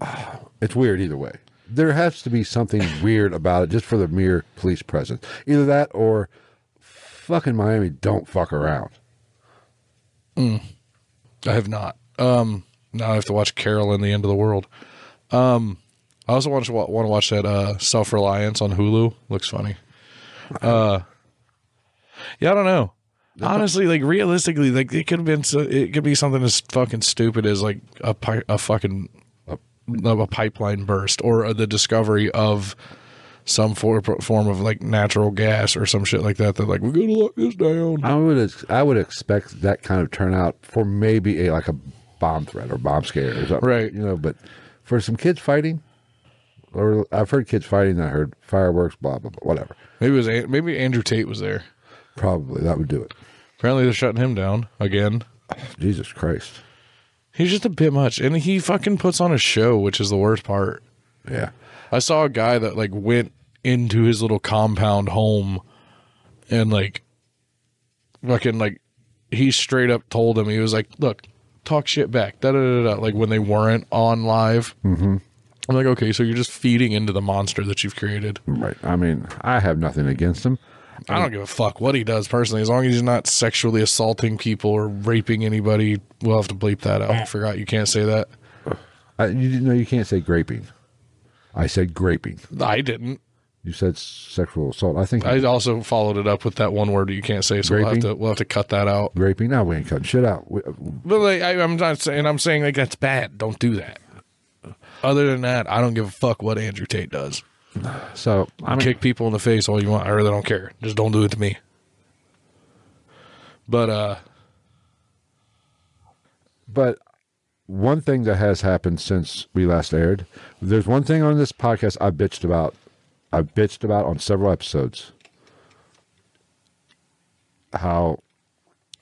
[SPEAKER 2] It's weird either way. There has to be something weird about it just for the mere police presence. Either that or fucking Miami don't fuck around.
[SPEAKER 1] I have not. Um, now I have to watch Carol in the End of the World. Um, I also want to wa- want to watch that uh, Self Reliance on Hulu. Looks funny. Uh, yeah, I don't know. Honestly, like realistically, like it could have been so, it could be something as fucking stupid as like a pi- a fucking a, a pipeline burst or uh, the discovery of some for, form of like natural gas or some shit like that. They're like, we're gonna lock this down.
[SPEAKER 2] I would ex- I would expect that kind of turnout for maybe a like a bomb threat or bomb scare or something,
[SPEAKER 1] Right.
[SPEAKER 2] You know, but for some kids fighting, or I've heard kids fighting. I heard fireworks, blah blah blah, whatever.
[SPEAKER 1] Maybe it was An- maybe Andrew Tate was there.
[SPEAKER 2] Probably that would do it.
[SPEAKER 1] Apparently they're shutting him down again.
[SPEAKER 2] Jesus Christ,
[SPEAKER 1] He's just a bit much, and he fucking puts on a show, which is the worst part.
[SPEAKER 2] yeah.
[SPEAKER 1] I saw a guy that like went into his little compound home, and like, fucking like, he straight up told him he was like, "Look, talk shit back." Da da da da. Like when they weren't on live. Mm-hmm. I'm like, okay, so you're just feeding into the monster that you've created.
[SPEAKER 2] Right. I mean, I have nothing against them.
[SPEAKER 1] I don't give a fuck what he does personally, as long as he's not sexually assaulting people or raping anybody. We'll have to bleep that out. I forgot you can't say that.
[SPEAKER 2] I, you know, you can't say graping. I said graping.
[SPEAKER 1] I didn't.
[SPEAKER 2] You said sexual assault. I think
[SPEAKER 1] I also followed it up with that one word you can't say, so we'll have
[SPEAKER 2] Grapey?
[SPEAKER 1] to we'll have to cut that out.
[SPEAKER 2] graping. Now we ain't cutting shit out. We, uh,
[SPEAKER 1] But like, I, I'm not saying I'm saying like that's bad. Don't do that. Other than that, I don't give a fuck what Andrew Tate does.
[SPEAKER 2] so I mean,
[SPEAKER 1] Kick people in the face all you want. I really don't care. Just don't do it to me. But uh,
[SPEAKER 2] but one thing that has happened since we last aired. There's one thing on this podcast I bitched about. I bitched about on several episodes. How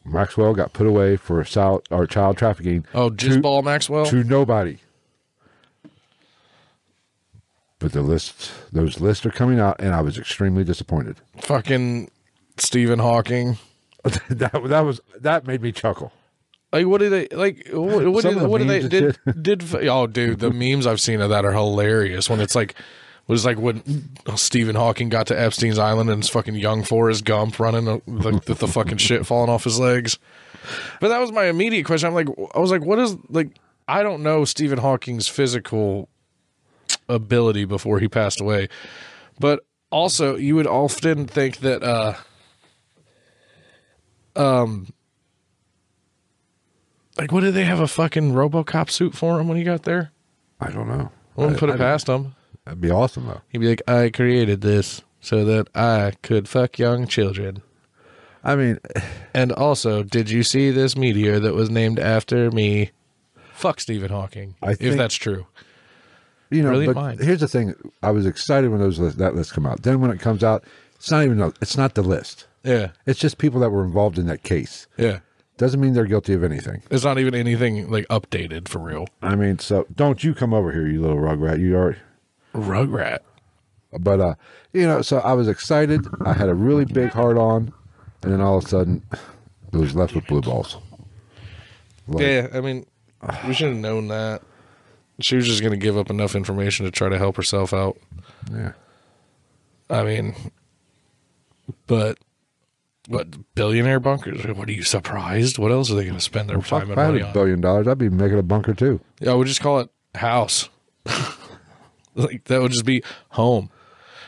[SPEAKER 2] Maxwell got put away for child or child trafficking
[SPEAKER 1] Oh,
[SPEAKER 2] To-
[SPEAKER 1] just ball Maxwell.
[SPEAKER 2] to nobody. But the lists, those lists are coming out, and I was extremely disappointed.
[SPEAKER 1] Fucking Stephen Hawking.
[SPEAKER 2] that that was that made me chuckle.
[SPEAKER 1] Like what do they like? What, what,
[SPEAKER 2] Some
[SPEAKER 1] do,
[SPEAKER 2] of the
[SPEAKER 1] what do they
[SPEAKER 2] memes
[SPEAKER 1] did?
[SPEAKER 2] and
[SPEAKER 1] Did oh, dude, the memes I've seen of that are hilarious. When it's like, was like when Stephen Hawking got to Epstein's island and his fucking young Forrest Gump running the, the, the fucking shit falling off his legs. But that was my immediate question. I'm like, I was like, what is like? I don't know Stephen Hawking's physical ability before he passed away, but also you would often think that uh, like, what did they have a fucking RoboCop suit for him when he got there?
[SPEAKER 2] I don't know.
[SPEAKER 1] I wouldn't
[SPEAKER 2] I-
[SPEAKER 1] put
[SPEAKER 2] I
[SPEAKER 1] it past him.
[SPEAKER 2] That'd be awesome though.
[SPEAKER 1] He'd be like, I created this so that I could fuck young children.
[SPEAKER 2] I mean,
[SPEAKER 1] And also, did you see this meteor that was named after me? Fuck Stephen Hawking,
[SPEAKER 2] I
[SPEAKER 1] if
[SPEAKER 2] think-
[SPEAKER 1] that's true.
[SPEAKER 2] you know.
[SPEAKER 1] Brilliant
[SPEAKER 2] but
[SPEAKER 1] mind.
[SPEAKER 2] here's the thing: I was excited when those list, that list come out. Then when it comes out, it's not even. A, it's not the list.
[SPEAKER 1] Yeah,
[SPEAKER 2] It's just people that were involved in that case.
[SPEAKER 1] yeah.
[SPEAKER 2] Doesn't mean they're guilty of anything.
[SPEAKER 1] It's not even anything like updated for real.
[SPEAKER 2] I mean, so don't you come over here, you little rugrat. You are.
[SPEAKER 1] Rugrat.
[SPEAKER 2] But uh, you know, so I was excited. I had a really big heart on, and then all of a sudden, it was left with blue balls. Like,
[SPEAKER 1] yeah, I mean, we should have known that. She was just going to give up enough information to try to help herself out.
[SPEAKER 2] yeah.
[SPEAKER 1] I mean, but what billionaire bunkers? What are you surprised? What else are they going to spend their
[SPEAKER 2] Fuck, if
[SPEAKER 1] time and
[SPEAKER 2] I had
[SPEAKER 1] money
[SPEAKER 2] a
[SPEAKER 1] on?
[SPEAKER 2] billion dollars, I'd be making a bunker too.
[SPEAKER 1] Yeah, we just call it house. like that would just be home.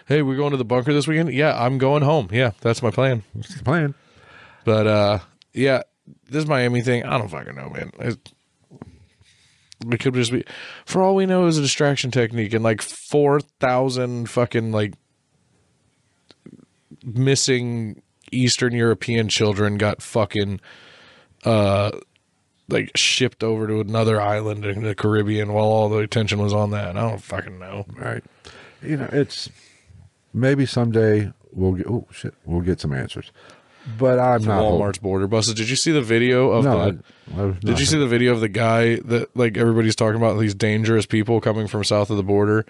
[SPEAKER 1] Hey, we're going to the bunker this weekend. Yeah, I'm going home. Yeah, that's my plan.
[SPEAKER 2] That's the plan.
[SPEAKER 1] But uh yeah, this Miami thing, I don't fucking know, man. It, it could just be, for all we know, it was a distraction technique, and like four thousand fucking like missing Eastern European children got fucking uh like shipped over to another island in the Caribbean while all the attention was on that. I don't fucking know.
[SPEAKER 2] Right. You know, it's maybe someday we'll get oh shit, we'll get some answers. But I'm not hoping-
[SPEAKER 1] Walmart's border buses. Did you see the video of
[SPEAKER 2] No,
[SPEAKER 1] the?
[SPEAKER 2] I- I was
[SPEAKER 1] Did
[SPEAKER 2] not-
[SPEAKER 1] you see the video of the guy that like everybody's talking about these dangerous people coming from south of the border,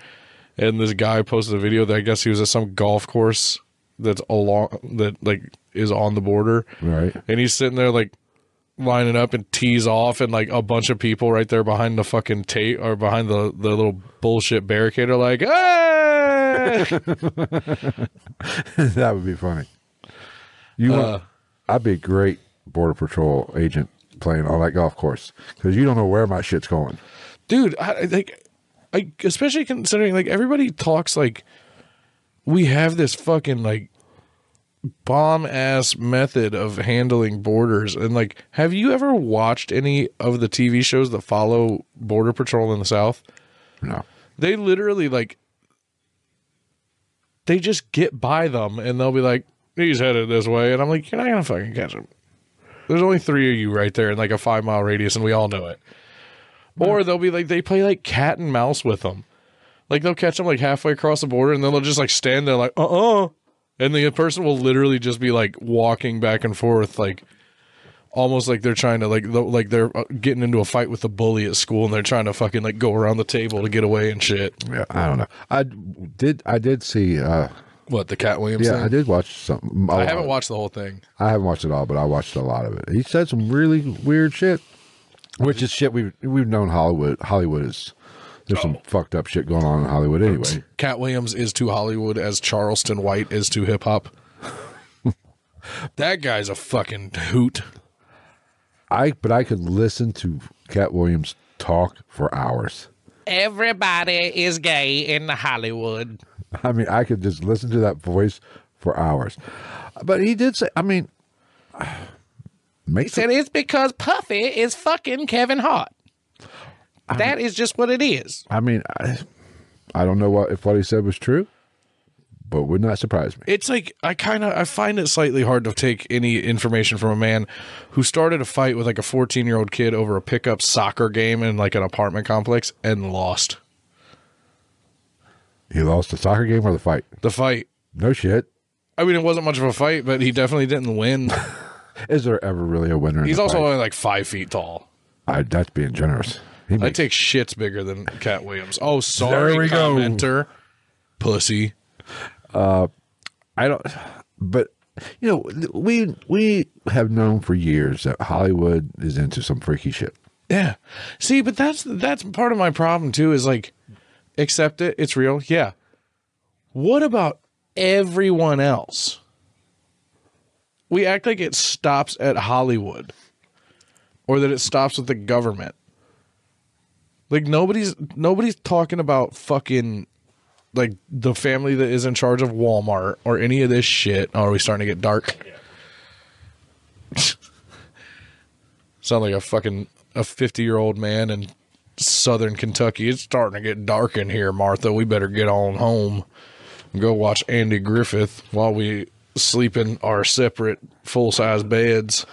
[SPEAKER 1] and this guy posted a video that I guess he was at some golf course that's along that like is on the border,
[SPEAKER 2] Right.
[SPEAKER 1] and he's sitting there like lining up and tees off, and like a bunch of people right there behind the fucking tape or behind the the little bullshit barricade are like, hey!
[SPEAKER 2] that would be funny. You, want-
[SPEAKER 1] Uh,
[SPEAKER 2] I'd be a great border patrol agent playing on that golf course because you don't know where my shit's going.
[SPEAKER 1] dude I, I like i especially considering like everybody talks like we have this fucking like bomb ass method of handling borders and like have you ever watched any of the tv shows that follow border patrol in the south
[SPEAKER 2] No,
[SPEAKER 1] they literally like they just get by them and they'll be like he's headed this way and i'm like you're not gonna fucking catch him there's only three of you right there in like a five mile radius and we all know it or they'll be like they play like cat and mouse with them like they'll catch them like halfway across the border and then they'll just like stand there like uh-uh and the person will literally just be like walking back and forth like almost like they're trying to like th- like they're uh, getting into a fight with the bully at school and they're trying to fucking like go around the table to get away and shit
[SPEAKER 2] yeah, I don't know. I did, I did see. uh
[SPEAKER 1] What the Cat Williams?
[SPEAKER 2] Yeah,
[SPEAKER 1] thing?
[SPEAKER 2] I did watch some.
[SPEAKER 1] I haven't watched the whole thing.
[SPEAKER 2] I haven't watched it all, but I watched a lot of it. He said some really weird shit, which is shit we've we've known Hollywood. Hollywood is there's
[SPEAKER 1] Oh.
[SPEAKER 2] some fucked up shit going on in Hollywood anyway.
[SPEAKER 1] Cat Williams is to Hollywood as Charleston White is to hip hop. that guy's a fucking hoot.
[SPEAKER 2] I but I could listen to Cat Williams talk for hours.
[SPEAKER 4] Everybody is gay in Hollywood.
[SPEAKER 2] I mean, I could just listen to that voice for hours. But he did say, I mean,
[SPEAKER 4] He
[SPEAKER 2] make
[SPEAKER 4] said it's because Puffy is fucking Kevin Hart. That is just what it is.
[SPEAKER 2] I mean, I, I don't know what if what he said was true, but would not surprise me.
[SPEAKER 1] it's like I kind of I find it slightly hard to take any information from a man who started a fight with like a 14 year old kid over a pickup soccer game in like an apartment complex and lost
[SPEAKER 2] He lost the soccer game or the fight.
[SPEAKER 1] the fight.
[SPEAKER 2] No shit.
[SPEAKER 1] I mean, it wasn't much of a fight, but he definitely didn't win.
[SPEAKER 2] Is there ever really a winner? In
[SPEAKER 1] He's
[SPEAKER 2] a
[SPEAKER 1] also
[SPEAKER 2] fight?
[SPEAKER 1] only like five feet tall.
[SPEAKER 2] I, that's being generous. He
[SPEAKER 1] I
[SPEAKER 2] makes,
[SPEAKER 1] take shits bigger than Cat Williams. Oh, sorry,
[SPEAKER 2] There we go.
[SPEAKER 1] commenter, pussy.
[SPEAKER 2] I don't. But you know, we we have known for years that Hollywood is into some freaky shit.
[SPEAKER 1] Yeah. See, but that's that's part of my problem too is like accept it, it's real. Yeah. What about everyone else? We act like it stops at Hollywood or that it stops with the government. Like nobody's nobody's talking about fucking like the family that is in charge of Walmart or any of this shit. Oh, are we starting to get dark? Sound like a fucking a fifty year old man in southern Kentucky. It's starting to get dark in here, Martha. We better get on home and go watch Andy Griffith while we sleep in our separate full size beds.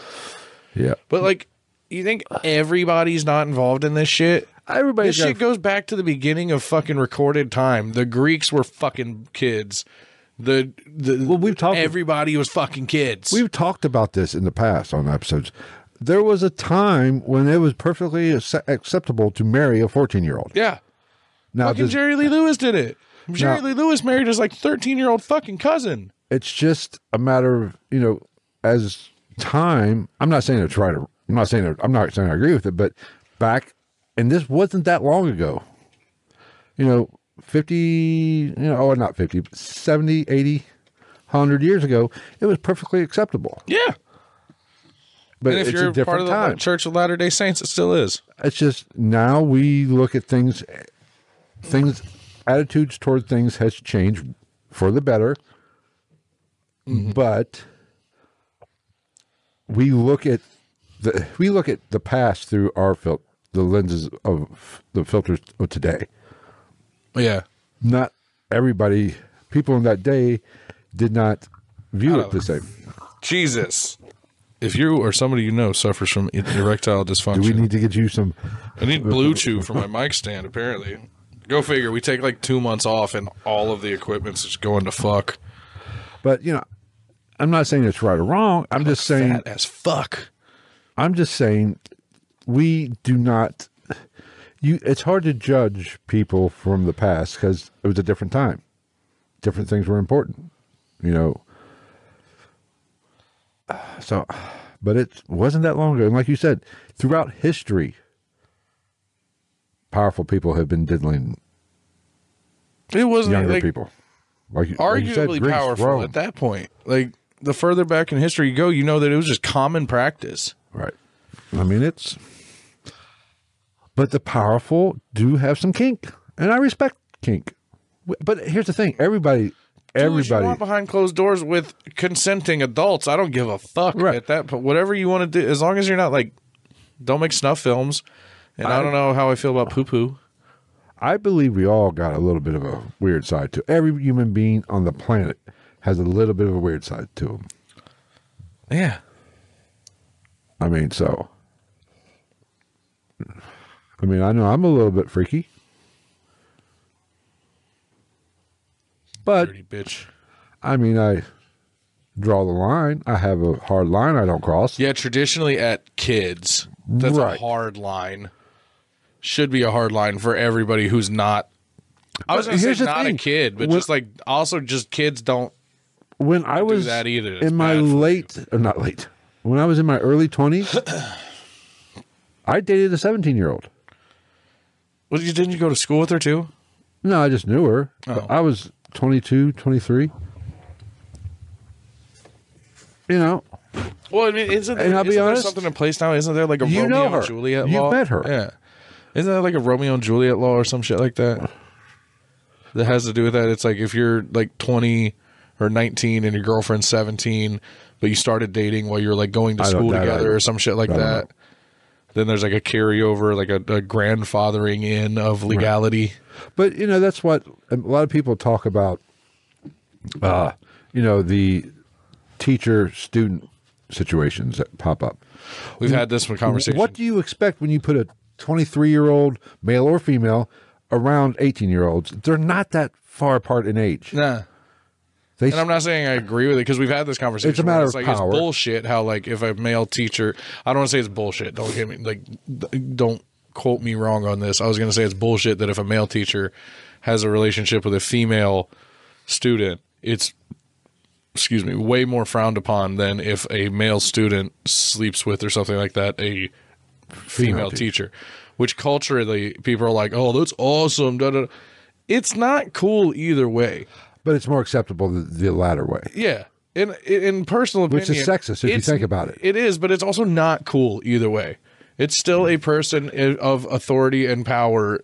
[SPEAKER 2] Yeah.
[SPEAKER 1] But like you think everybody's not involved in this shit?
[SPEAKER 2] Everybody's
[SPEAKER 1] This shit
[SPEAKER 2] got-
[SPEAKER 1] goes back to the beginning of fucking recorded time. The Greeks were fucking kids. The the
[SPEAKER 2] Well, we've talked-
[SPEAKER 1] everybody was fucking kids.
[SPEAKER 2] We've talked about this in the past on episodes. There was a time when it was perfectly ac- acceptable to marry a 14 year old.
[SPEAKER 1] yeah.
[SPEAKER 2] Now,
[SPEAKER 1] Fucking
[SPEAKER 2] does-
[SPEAKER 1] Jerry Lee Lewis did it. Jerry
[SPEAKER 2] No.
[SPEAKER 1] Lee Lewis married his like 13 year old fucking cousin.
[SPEAKER 2] it's just a matter of, you know, as time, I'm not saying it's right or I'm not saying, I'm not saying I agree with it, but back, and this wasn't that long ago, you know, 50, you know, oh, not 50, but 70, 80, 100 years ago, it was perfectly acceptable.
[SPEAKER 1] Yeah.
[SPEAKER 2] But
[SPEAKER 1] and if
[SPEAKER 2] it's
[SPEAKER 1] you're
[SPEAKER 2] a different
[SPEAKER 1] part of the
[SPEAKER 2] time.
[SPEAKER 1] Church of Latter day Saints, it still is.
[SPEAKER 2] it's just now we look at things things attitudes toward things has changed for the better but we look at the we look at the past through our fil- the lenses of the filters of today
[SPEAKER 1] Yeah.
[SPEAKER 2] not everybody people in that day did not view it the same
[SPEAKER 1] Jesus. If you or somebody you know suffers from e-, erectile dysfunction,
[SPEAKER 2] do we need to get you some
[SPEAKER 1] I need blue chew for my mic stand, apparently. Go figure. We take like two months off and all of the equipment's just going to fuck.
[SPEAKER 2] but you know i'm not saying it's right or wrong i'm just saying
[SPEAKER 1] Fat as fuck.
[SPEAKER 2] I'm just saying we do not you it's hard to judge people from the past cuz it was a different time. Different things were important, you know. So but it wasn't that long ago and like you said, throughout history powerful people have been diddling
[SPEAKER 1] It wasn't
[SPEAKER 2] younger
[SPEAKER 1] like,
[SPEAKER 2] people. Like you- like you said,
[SPEAKER 1] arguably
[SPEAKER 2] Greece,
[SPEAKER 1] powerful
[SPEAKER 2] Rome.
[SPEAKER 1] at that point. Like the further back in history you go, you know that it was just common practice.
[SPEAKER 2] Right. I mean, it's. But the powerful do have some kink, and I respect kink. W- But here's the thing: everybody,
[SPEAKER 1] Do what you want
[SPEAKER 2] everybody,
[SPEAKER 1] behind closed doors with consenting adults. I don't give a fuck
[SPEAKER 2] Right.
[SPEAKER 1] at that point. Whatever you want to do, as long as you're not like, don't make snuff films. And I, don't know how I feel about poo poo.
[SPEAKER 2] I believe we all got a little bit of a weird side to every human being on the planet has a little bit of a weird side to them.
[SPEAKER 1] Yeah.
[SPEAKER 2] I mean, so. I mean, I know I'm a little bit freaky, but
[SPEAKER 1] Dirty bitch.
[SPEAKER 2] I mean, I draw the line. I have a hard line I don't cross.
[SPEAKER 1] Yeah, traditionally at kids, that's
[SPEAKER 2] Right.
[SPEAKER 1] a hard line. Should be a hard line for everybody who's not. I was
[SPEAKER 2] But
[SPEAKER 1] going to
[SPEAKER 2] here's
[SPEAKER 1] say
[SPEAKER 2] the
[SPEAKER 1] not
[SPEAKER 2] thing.
[SPEAKER 1] a kid, but
[SPEAKER 2] When-
[SPEAKER 1] just like also just kids don't.
[SPEAKER 2] when I was
[SPEAKER 1] that either. It's
[SPEAKER 2] in my
[SPEAKER 1] bad for you.
[SPEAKER 2] late, or not late, when I was in my early 20s, I dated a 17 year old.
[SPEAKER 1] Well, you didn't you go to school with her too?
[SPEAKER 2] No, I just knew her.
[SPEAKER 1] Oh.
[SPEAKER 2] But I was 22, 23. You know,
[SPEAKER 1] Well, I mean, isn't there,
[SPEAKER 2] And I'll be
[SPEAKER 1] isn't there
[SPEAKER 2] honest,
[SPEAKER 1] something in place now? Isn't there like a
[SPEAKER 2] you
[SPEAKER 1] Romeo
[SPEAKER 2] know her.
[SPEAKER 1] and Juliet
[SPEAKER 2] You've
[SPEAKER 1] law?
[SPEAKER 2] met her.
[SPEAKER 1] Yeah. Isn't there like a Romeo and Juliet law or some shit like that? That has to do with that. It's like if you're like 20 or 19 and your girlfriend's 17, but you started dating while you're like going to
[SPEAKER 2] I don't-
[SPEAKER 1] school
[SPEAKER 2] that I-
[SPEAKER 1] together or some shit like
[SPEAKER 2] I don't know.
[SPEAKER 1] that. Then there's like a carryover, like a, a grandfathering in of legality.
[SPEAKER 2] um, but you know, that's what a lot of people talk about uh, you know, the teacher student situations that pop up.
[SPEAKER 1] We've had this one conversation.
[SPEAKER 2] What do you expect when you put a 23 year old male or female around 18 year olds? They're not that far apart in age.
[SPEAKER 1] Nah.
[SPEAKER 2] They
[SPEAKER 1] And I'm not saying I agree with it because we've had this conversation.
[SPEAKER 2] It's a matter
[SPEAKER 1] where
[SPEAKER 2] of
[SPEAKER 1] like
[SPEAKER 2] power.
[SPEAKER 1] it's bullshit how like if a male teacher, I don't want to say it's bullshit. Don't get me like th- don't quote me wrong on this. I was going to say it's bullshit that if a male teacher has a relationship with a female student, it's excuse me, way more frowned upon than if a male student sleeps with or something like that a female teacher, which culturally people are like, "Oh, that's awesome." Da, da, da. It's not cool either way.
[SPEAKER 2] but it's more acceptable the, the latter way.
[SPEAKER 1] Yeah. In in personal
[SPEAKER 2] Which
[SPEAKER 1] opinion,
[SPEAKER 2] is sexist if you
[SPEAKER 1] it's-
[SPEAKER 2] think about it.
[SPEAKER 1] It is, but it's also not cool either way. It's still a person i- of authority and power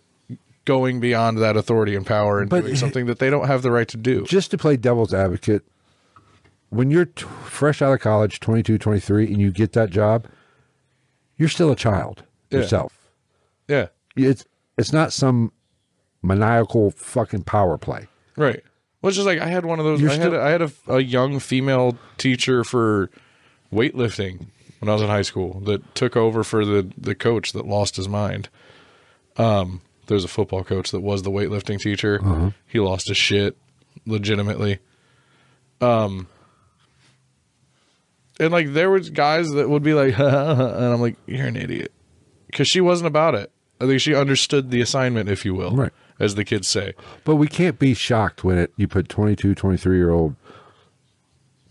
[SPEAKER 1] going beyond that authority and power and
[SPEAKER 2] But-
[SPEAKER 1] doing something that they don't have the right to do.
[SPEAKER 2] Just to play devil's advocate, when you're t- fresh out of college, 22, 23, and you get that job, you're still a child
[SPEAKER 1] Yeah.
[SPEAKER 2] yourself.
[SPEAKER 1] Yeah.
[SPEAKER 2] It's it's not some maniacal fucking power play.
[SPEAKER 1] Right. Which is like I had one of those.
[SPEAKER 2] You're
[SPEAKER 1] I had
[SPEAKER 2] still-
[SPEAKER 1] I had a, a young female teacher for weightlifting when I was in high school that took over for the the coach that lost his mind. Um, there was a football coach that was the weightlifting teacher.
[SPEAKER 2] Uh-huh.
[SPEAKER 1] He lost his shit, legitimately. Um, and like there was guys that would be like, and I'm like, you're an idiot, because she wasn't about it. I think she understood the assignment, if you will,
[SPEAKER 2] Right.
[SPEAKER 1] as the kids say.
[SPEAKER 2] But we can't be shocked when it you put 22, 23 year old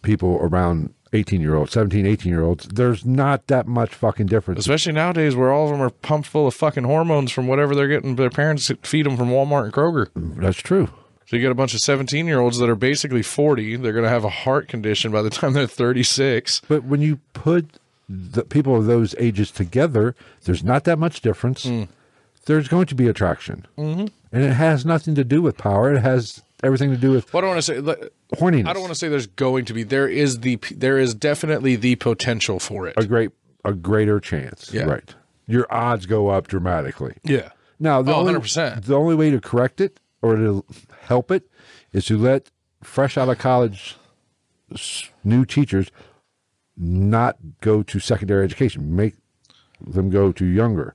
[SPEAKER 2] people around 18 year olds, 17, 18 year olds. There's not that much fucking difference.
[SPEAKER 1] especially nowadays where all of them are pumped full of fucking hormones from whatever they're getting their parents feed them from Walmart and Kroger.
[SPEAKER 2] That's true.
[SPEAKER 1] So you get a bunch of 17 year olds that are basically 40. They're going to have a heart condition by the time they're 36.
[SPEAKER 2] But when you put the people of those ages together, there's not that much difference. There's going to be attraction. Mm. Mm-hmm. And it has nothing to do with power. It has everything to do with
[SPEAKER 1] What I want to say, like,
[SPEAKER 2] horniness.
[SPEAKER 1] I don't want to say there's going to be, there is the, there is definitely the potential for it.
[SPEAKER 2] a great a greater chance.
[SPEAKER 1] Yeah.
[SPEAKER 2] Right. Your odds go up dramatically.
[SPEAKER 1] Yeah.
[SPEAKER 2] Now, the,
[SPEAKER 1] Oh,
[SPEAKER 2] only,
[SPEAKER 1] 100%.
[SPEAKER 2] the only way to correct it or to help it is to let fresh out of college s- new teachers not go to secondary education, make them go to younger.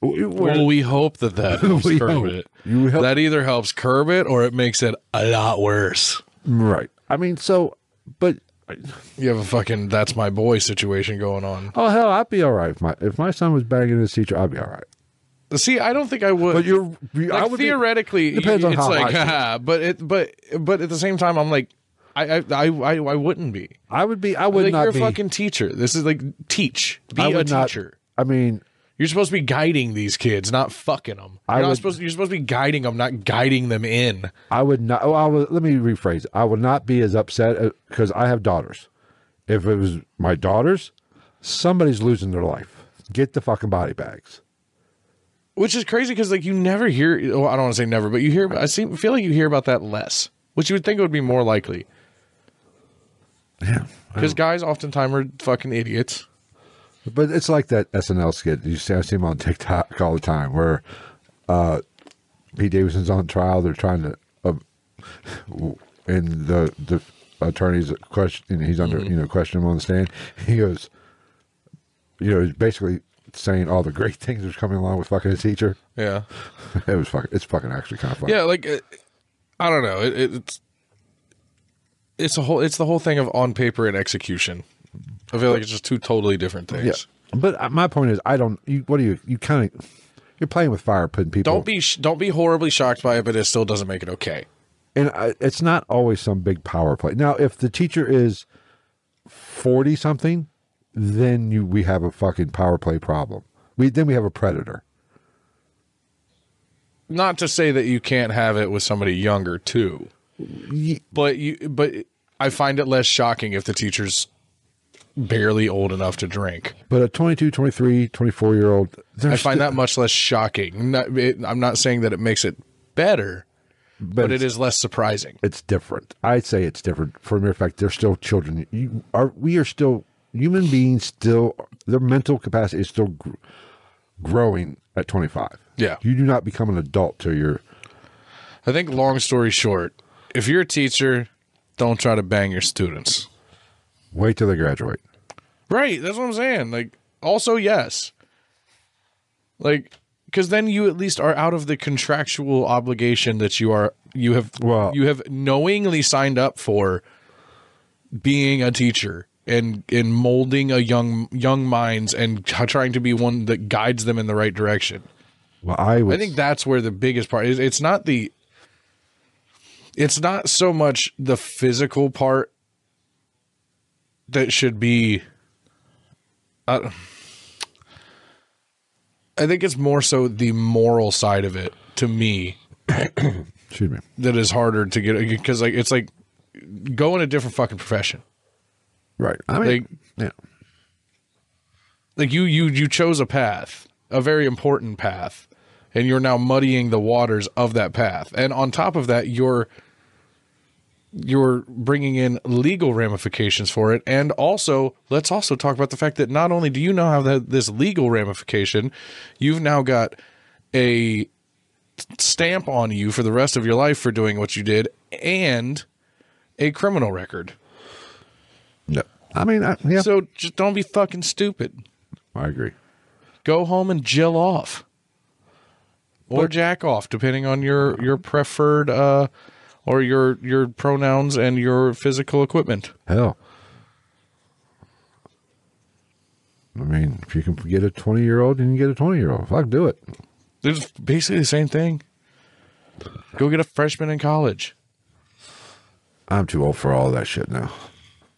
[SPEAKER 2] W- where-
[SPEAKER 1] Well, we hope that that helps
[SPEAKER 2] We
[SPEAKER 1] curb
[SPEAKER 2] hope.
[SPEAKER 1] it.
[SPEAKER 2] You help-
[SPEAKER 1] That either helps curb it or it makes it a lot worse.
[SPEAKER 2] right. I mean, so, but
[SPEAKER 1] You have a fucking that's my boy situation going on.
[SPEAKER 2] oh hell, I'd be all right if my if my son was banging his teacher, I'd be all right.
[SPEAKER 1] See, I don't think I would.
[SPEAKER 2] But you're, you- I
[SPEAKER 1] like
[SPEAKER 2] would be-
[SPEAKER 1] theoretically y-
[SPEAKER 2] depends on
[SPEAKER 1] it's
[SPEAKER 2] how
[SPEAKER 1] like
[SPEAKER 2] high she
[SPEAKER 1] haha, but it but but at the same time I'm like I I I I, I wouldn't be.
[SPEAKER 2] I would be. I would
[SPEAKER 1] like
[SPEAKER 2] not
[SPEAKER 1] you're
[SPEAKER 2] be.
[SPEAKER 1] a fucking teacher. This is like teach. Be
[SPEAKER 2] I
[SPEAKER 1] a
[SPEAKER 2] would not-
[SPEAKER 1] teacher.
[SPEAKER 2] I mean,
[SPEAKER 1] You're supposed to be guiding these kids, not fucking them. You're
[SPEAKER 2] I
[SPEAKER 1] not
[SPEAKER 2] would-
[SPEAKER 1] supposed. You're supposed to be guiding them, not guiding them in.
[SPEAKER 2] I would not. Oh, I would, let me rephrase. I would not be as upset because I have daughters. If it was my daughters, somebody's losing their life. Get the fucking body bags.
[SPEAKER 1] Which is crazy because like you never hear. Oh, I don't want to say never, but you hear. I seem feel like you hear about that less, which you would think would be more likely.
[SPEAKER 2] Yeah.
[SPEAKER 1] Because guys oftentimes are fucking idiots.
[SPEAKER 2] But it's like that SNL skit. You see, I see him on TikTok all the time where uh, Pete Davidson's on trial. They're trying to, uh, and the the attorney's question. He's under, you know, question him on the stand. He goes, you know, he's basically saying all the great things that's coming along with fucking his teacher.
[SPEAKER 1] Yeah.
[SPEAKER 2] It was fucking. It's fucking actually kind of funny.
[SPEAKER 1] Yeah, like uh, I don't know. It, it, it's it's a whole. It's the whole thing of on paper and execution. I feel like it's just two totally different things.
[SPEAKER 2] Yeah. But uh, my point is, I don't. You, what do you? You kind of. You're playing with fire, putting people.
[SPEAKER 1] Don't be sh- don't be horribly shocked by it, but it still doesn't make it okay.
[SPEAKER 2] And I, it's not always some big power play. Now, if the teacher is forty something, then you we have a fucking power play problem. We then we have a predator.
[SPEAKER 1] Not to say that you can't have it with somebody younger too, but you but I find it less shocking if the teacher's barely old enough to drink.
[SPEAKER 2] But a 22, 23, 24 year old, they're
[SPEAKER 1] I find
[SPEAKER 2] sti-
[SPEAKER 1] that much less shocking. Not, it, I'm not saying that it makes it better, but it
[SPEAKER 2] it's-
[SPEAKER 1] is less surprising.
[SPEAKER 2] it's different. I'd say it's different for a mere fact. They're still children. You are. We are still human beings. Still, their mental capacity is still gr- growing at 25.
[SPEAKER 1] Yeah.
[SPEAKER 2] you do not become an adult till you're.
[SPEAKER 1] I think long story short, if you're a teacher, don't try to bang your students.
[SPEAKER 2] Wait till they graduate.
[SPEAKER 1] Right. That's what I'm saying. Like, also, yes. Like, because then you at least are out of the contractual obligation that you are you have
[SPEAKER 2] Well-
[SPEAKER 1] you have knowingly signed up for being a teacher and in molding a young young minds and t- trying to be one that guides them in the right direction.
[SPEAKER 2] Well, I would.
[SPEAKER 1] I think that's where the biggest part is. It's not the. It's not so much the physical part that should be. Uh, I think it's more so the moral side of it to me
[SPEAKER 2] excuse me.
[SPEAKER 1] that is harder to get because like it's like go in a different fucking profession.
[SPEAKER 2] Right. I mean,
[SPEAKER 1] Like-
[SPEAKER 2] yeah.
[SPEAKER 1] like you you you chose a path a very important path and you're now muddying the waters of that path and on top of that you're you're bringing in legal ramifications for it and also let's also talk about the fact that not only do you now have that, this legal ramification you've now got a stamp on you for the rest of your life for doing what you did and a criminal record
[SPEAKER 2] No. I mean, I, yeah.
[SPEAKER 1] so just don't be fucking stupid
[SPEAKER 2] I agree.
[SPEAKER 1] go home and jill off or jack off depending on your your preferred uh or your your pronouns and your physical equipment
[SPEAKER 2] Hell. I mean, if you can get a 20 year old, you can get a 20 year old. Fuck, do it.
[SPEAKER 1] it's basically the same thing go get a freshman in college
[SPEAKER 2] I'm too old for all that shit now.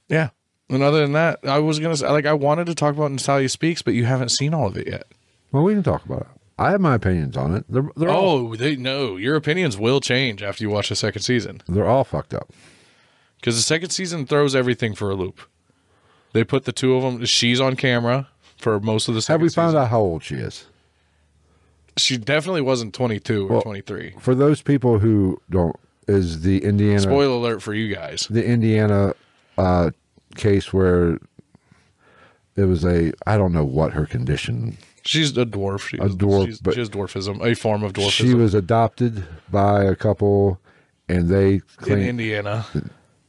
[SPEAKER 1] yeah and other than that i was gonna say like i wanted to talk about natalia speaks but you haven't seen all of it yet
[SPEAKER 2] Well, we can talk about it. I have my opinions on it. They're, they're, all,
[SPEAKER 1] oh they no your opinions will change after you watch the second season
[SPEAKER 2] they're all fucked up.
[SPEAKER 1] because the second season throws everything for a loop they put the two of them she's on camera for most of the
[SPEAKER 2] Have
[SPEAKER 1] second
[SPEAKER 2] we
[SPEAKER 1] season.
[SPEAKER 2] found out how old she is?
[SPEAKER 1] she definitely wasn't 22 or
[SPEAKER 2] Well,
[SPEAKER 1] 23
[SPEAKER 2] For those people who don't, is the Indiana
[SPEAKER 1] spoiler alert for you guys
[SPEAKER 2] the Indiana uh, case where it was a I don't know what her condition.
[SPEAKER 1] she's a dwarf she,
[SPEAKER 2] A dwarf,
[SPEAKER 1] she's,
[SPEAKER 2] but-
[SPEAKER 1] she has dwarfism a form of dwarfism
[SPEAKER 2] She was adopted by a couple, and they
[SPEAKER 1] in
[SPEAKER 2] claimed,
[SPEAKER 1] indiana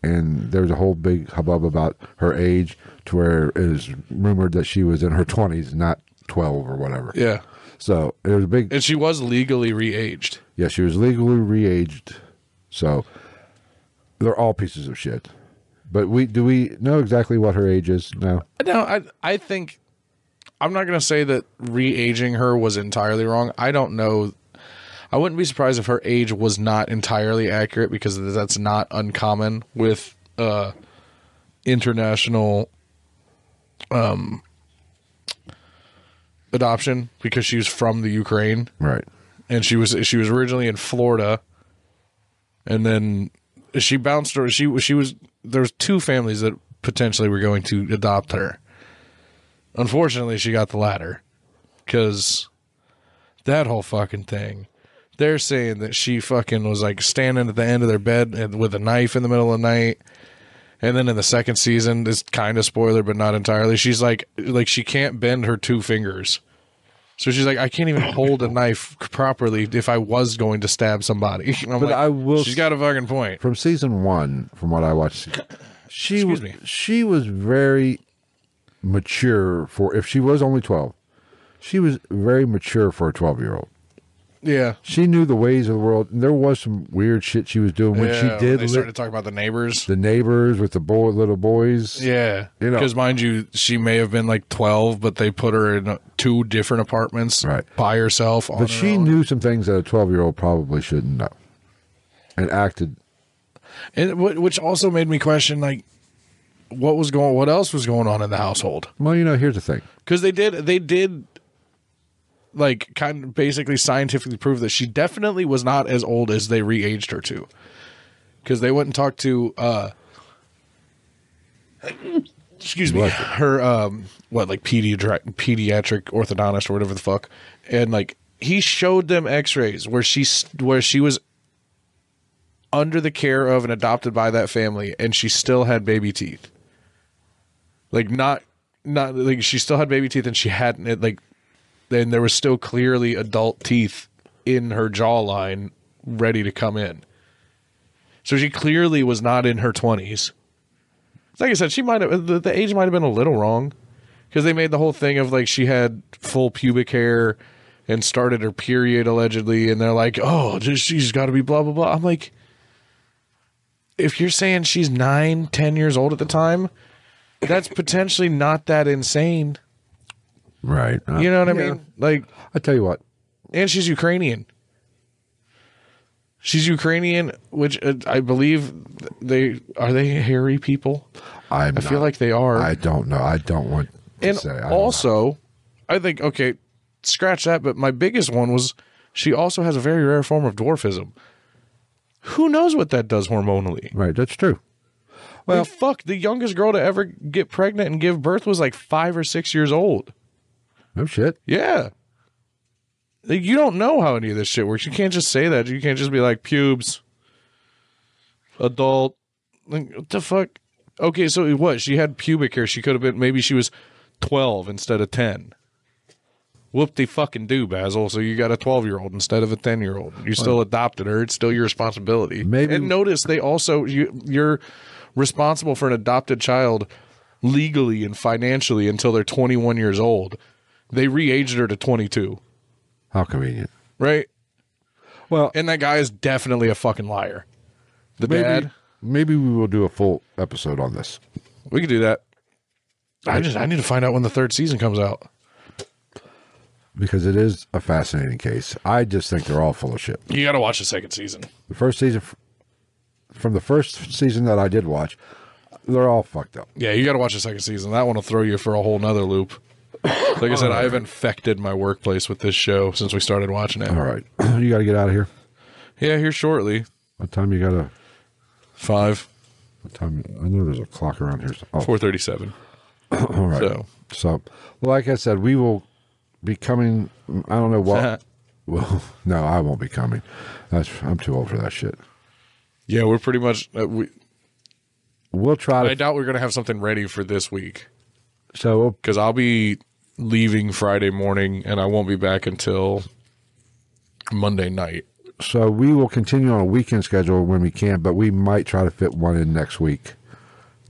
[SPEAKER 2] and there was a whole big hubbub about her age, to where it was rumored that she was in her twenties, not twelve or whatever.
[SPEAKER 1] yeah
[SPEAKER 2] So it was a big.
[SPEAKER 1] and she was legally re-aged
[SPEAKER 2] yeah, she was legally re-aged, so they're all pieces of shit. But we do we know exactly what her age is now?
[SPEAKER 1] no i i think i'm not going to say that re-aging her was entirely wrong i don't know i wouldn't be surprised if her age was not entirely accurate because that's not uncommon with uh international um adoption because she was from the ukraine
[SPEAKER 2] Right.
[SPEAKER 1] and she was she was originally in Florida, and then she bounced her. She she was there was two families that potentially were going to adopt her. Unfortunately, she got the latter because that whole fucking thing. They're saying that she fucking was like standing at the end of their bed and with a knife in the middle of the night. And then in the second season, it's kind of spoiler, but not entirely. She's like, like she can't bend her two fingers. So she's like, I can't even hold a knife properly if I was going to stab somebody. And I'm
[SPEAKER 2] But
[SPEAKER 1] like,
[SPEAKER 2] I will
[SPEAKER 1] She's got a fucking point.
[SPEAKER 2] from season one, from what I watched, she
[SPEAKER 1] Excuse
[SPEAKER 2] was
[SPEAKER 1] me.
[SPEAKER 2] she was very mature for if she was only twelve, she was very mature for a twelve year old.
[SPEAKER 1] Yeah.
[SPEAKER 2] She knew the ways of the world. And there was some weird shit she was doing when
[SPEAKER 1] Yeah,
[SPEAKER 2] she did
[SPEAKER 1] they
[SPEAKER 2] li-
[SPEAKER 1] started talking about the neighbors.
[SPEAKER 2] the neighbors with the boy little boys.
[SPEAKER 1] Yeah,
[SPEAKER 2] You know.
[SPEAKER 1] because mind you, she may have been like twelve, but they put her in uh, two different apartments
[SPEAKER 2] Right.
[SPEAKER 1] by herself. On
[SPEAKER 2] but
[SPEAKER 1] her
[SPEAKER 2] she
[SPEAKER 1] own.
[SPEAKER 2] knew some things that a twelve year old probably shouldn't know, and acted.
[SPEAKER 1] and wh- which also made me question like what was going, what else was going on in the household?
[SPEAKER 2] Well, you know, here's the thing.
[SPEAKER 1] Because they did, they did, like kind of basically scientifically prove that she definitely was not as old as they re-aged her to. Because they went and talked to, uh excuse me,
[SPEAKER 2] What?
[SPEAKER 1] her um, what like pediatric pediatric orthodontist or whatever the fuck, and like he showed them X-rays where she s- where she was under the care of and adopted by that family, and she still had baby teeth. Like not not like she still had baby teeth, and she hadn't it like then there was still clearly adult teeth in her jawline ready to come in. So she clearly was not in her 20s. Like I said, she might have, the, the age might have been a little wrong because they made the whole thing of like she had full pubic hair and started her period allegedly. And they're like, oh, just, she's got to be blah, blah, blah. I'm like, if you're saying she's nine, 10 years old at the time, that's potentially not that insane.
[SPEAKER 2] Right. Uh,
[SPEAKER 1] You know what I mean? Like,
[SPEAKER 2] I tell you what.
[SPEAKER 1] and she's Ukrainian. She's Ukrainian, which uh, I believe they are they hairy people.
[SPEAKER 2] I'm
[SPEAKER 1] I feel like they are.
[SPEAKER 2] I don't know. I don't want to
[SPEAKER 1] and
[SPEAKER 2] say. I don't know.
[SPEAKER 1] also, I think okay, scratch that. But my biggest one was she also has a very rare form of dwarfism. Who knows what that does hormonally?
[SPEAKER 2] right. That's true.
[SPEAKER 1] Well, fuck, the youngest girl to ever get pregnant and give birth was like five or six years old.
[SPEAKER 2] No shit.
[SPEAKER 1] Yeah. Like, you don't know how any of this shit works. You can't just say that. You can't just be like pubes, adult. Like, what the fuck? Okay, so what? She had pubic hair. She could have been. Maybe she was twelve instead of ten. Whoop de fucking do, Basil. So you got a twelve-year-old instead of a ten-year-old. You still adopted her. It's still your responsibility.
[SPEAKER 2] Maybe-
[SPEAKER 1] And notice they also you you're responsible for an adopted child legally and financially until they're twenty-one years old. They re-aged her to twenty-two
[SPEAKER 2] How convenient.
[SPEAKER 1] right?
[SPEAKER 2] Well,
[SPEAKER 1] And that guy is definitely a fucking liar. The
[SPEAKER 2] maybe
[SPEAKER 1] dad,
[SPEAKER 2] maybe we will do a full episode on this.
[SPEAKER 1] we could do that. I just I need to find out when the third season comes out.
[SPEAKER 2] because it is a fascinating case. I just think they're all full of shit.
[SPEAKER 1] You got to watch the second season.
[SPEAKER 2] The first season, from the first season that I did watch, they're all fucked up.
[SPEAKER 1] Yeah, you got to watch the second season. That one will throw you for a whole nother loop. Like I said, I've infected my workplace with this show since we started watching it.
[SPEAKER 2] All right, you got to get out of here.
[SPEAKER 1] Yeah, here shortly.
[SPEAKER 2] What time you got to?
[SPEAKER 1] Five
[SPEAKER 2] What time? I know there's a clock around here. Oh,
[SPEAKER 1] four thirty-seven.
[SPEAKER 2] all right.
[SPEAKER 1] So
[SPEAKER 2] So, like I said, we will be coming. I don't know
[SPEAKER 1] uh,
[SPEAKER 2] what. well, no, I won't be coming. That's, I'm too old for that shit.
[SPEAKER 1] yeah, we're pretty much. Uh, we,
[SPEAKER 2] We'll try to.
[SPEAKER 1] I doubt we're gonna have something ready for this week.
[SPEAKER 2] so we'll
[SPEAKER 1] because I'll be leaving Friday morning and I won't be back until Monday night.
[SPEAKER 2] So we will continue on a weekend schedule when we can, but we might try to fit one in next week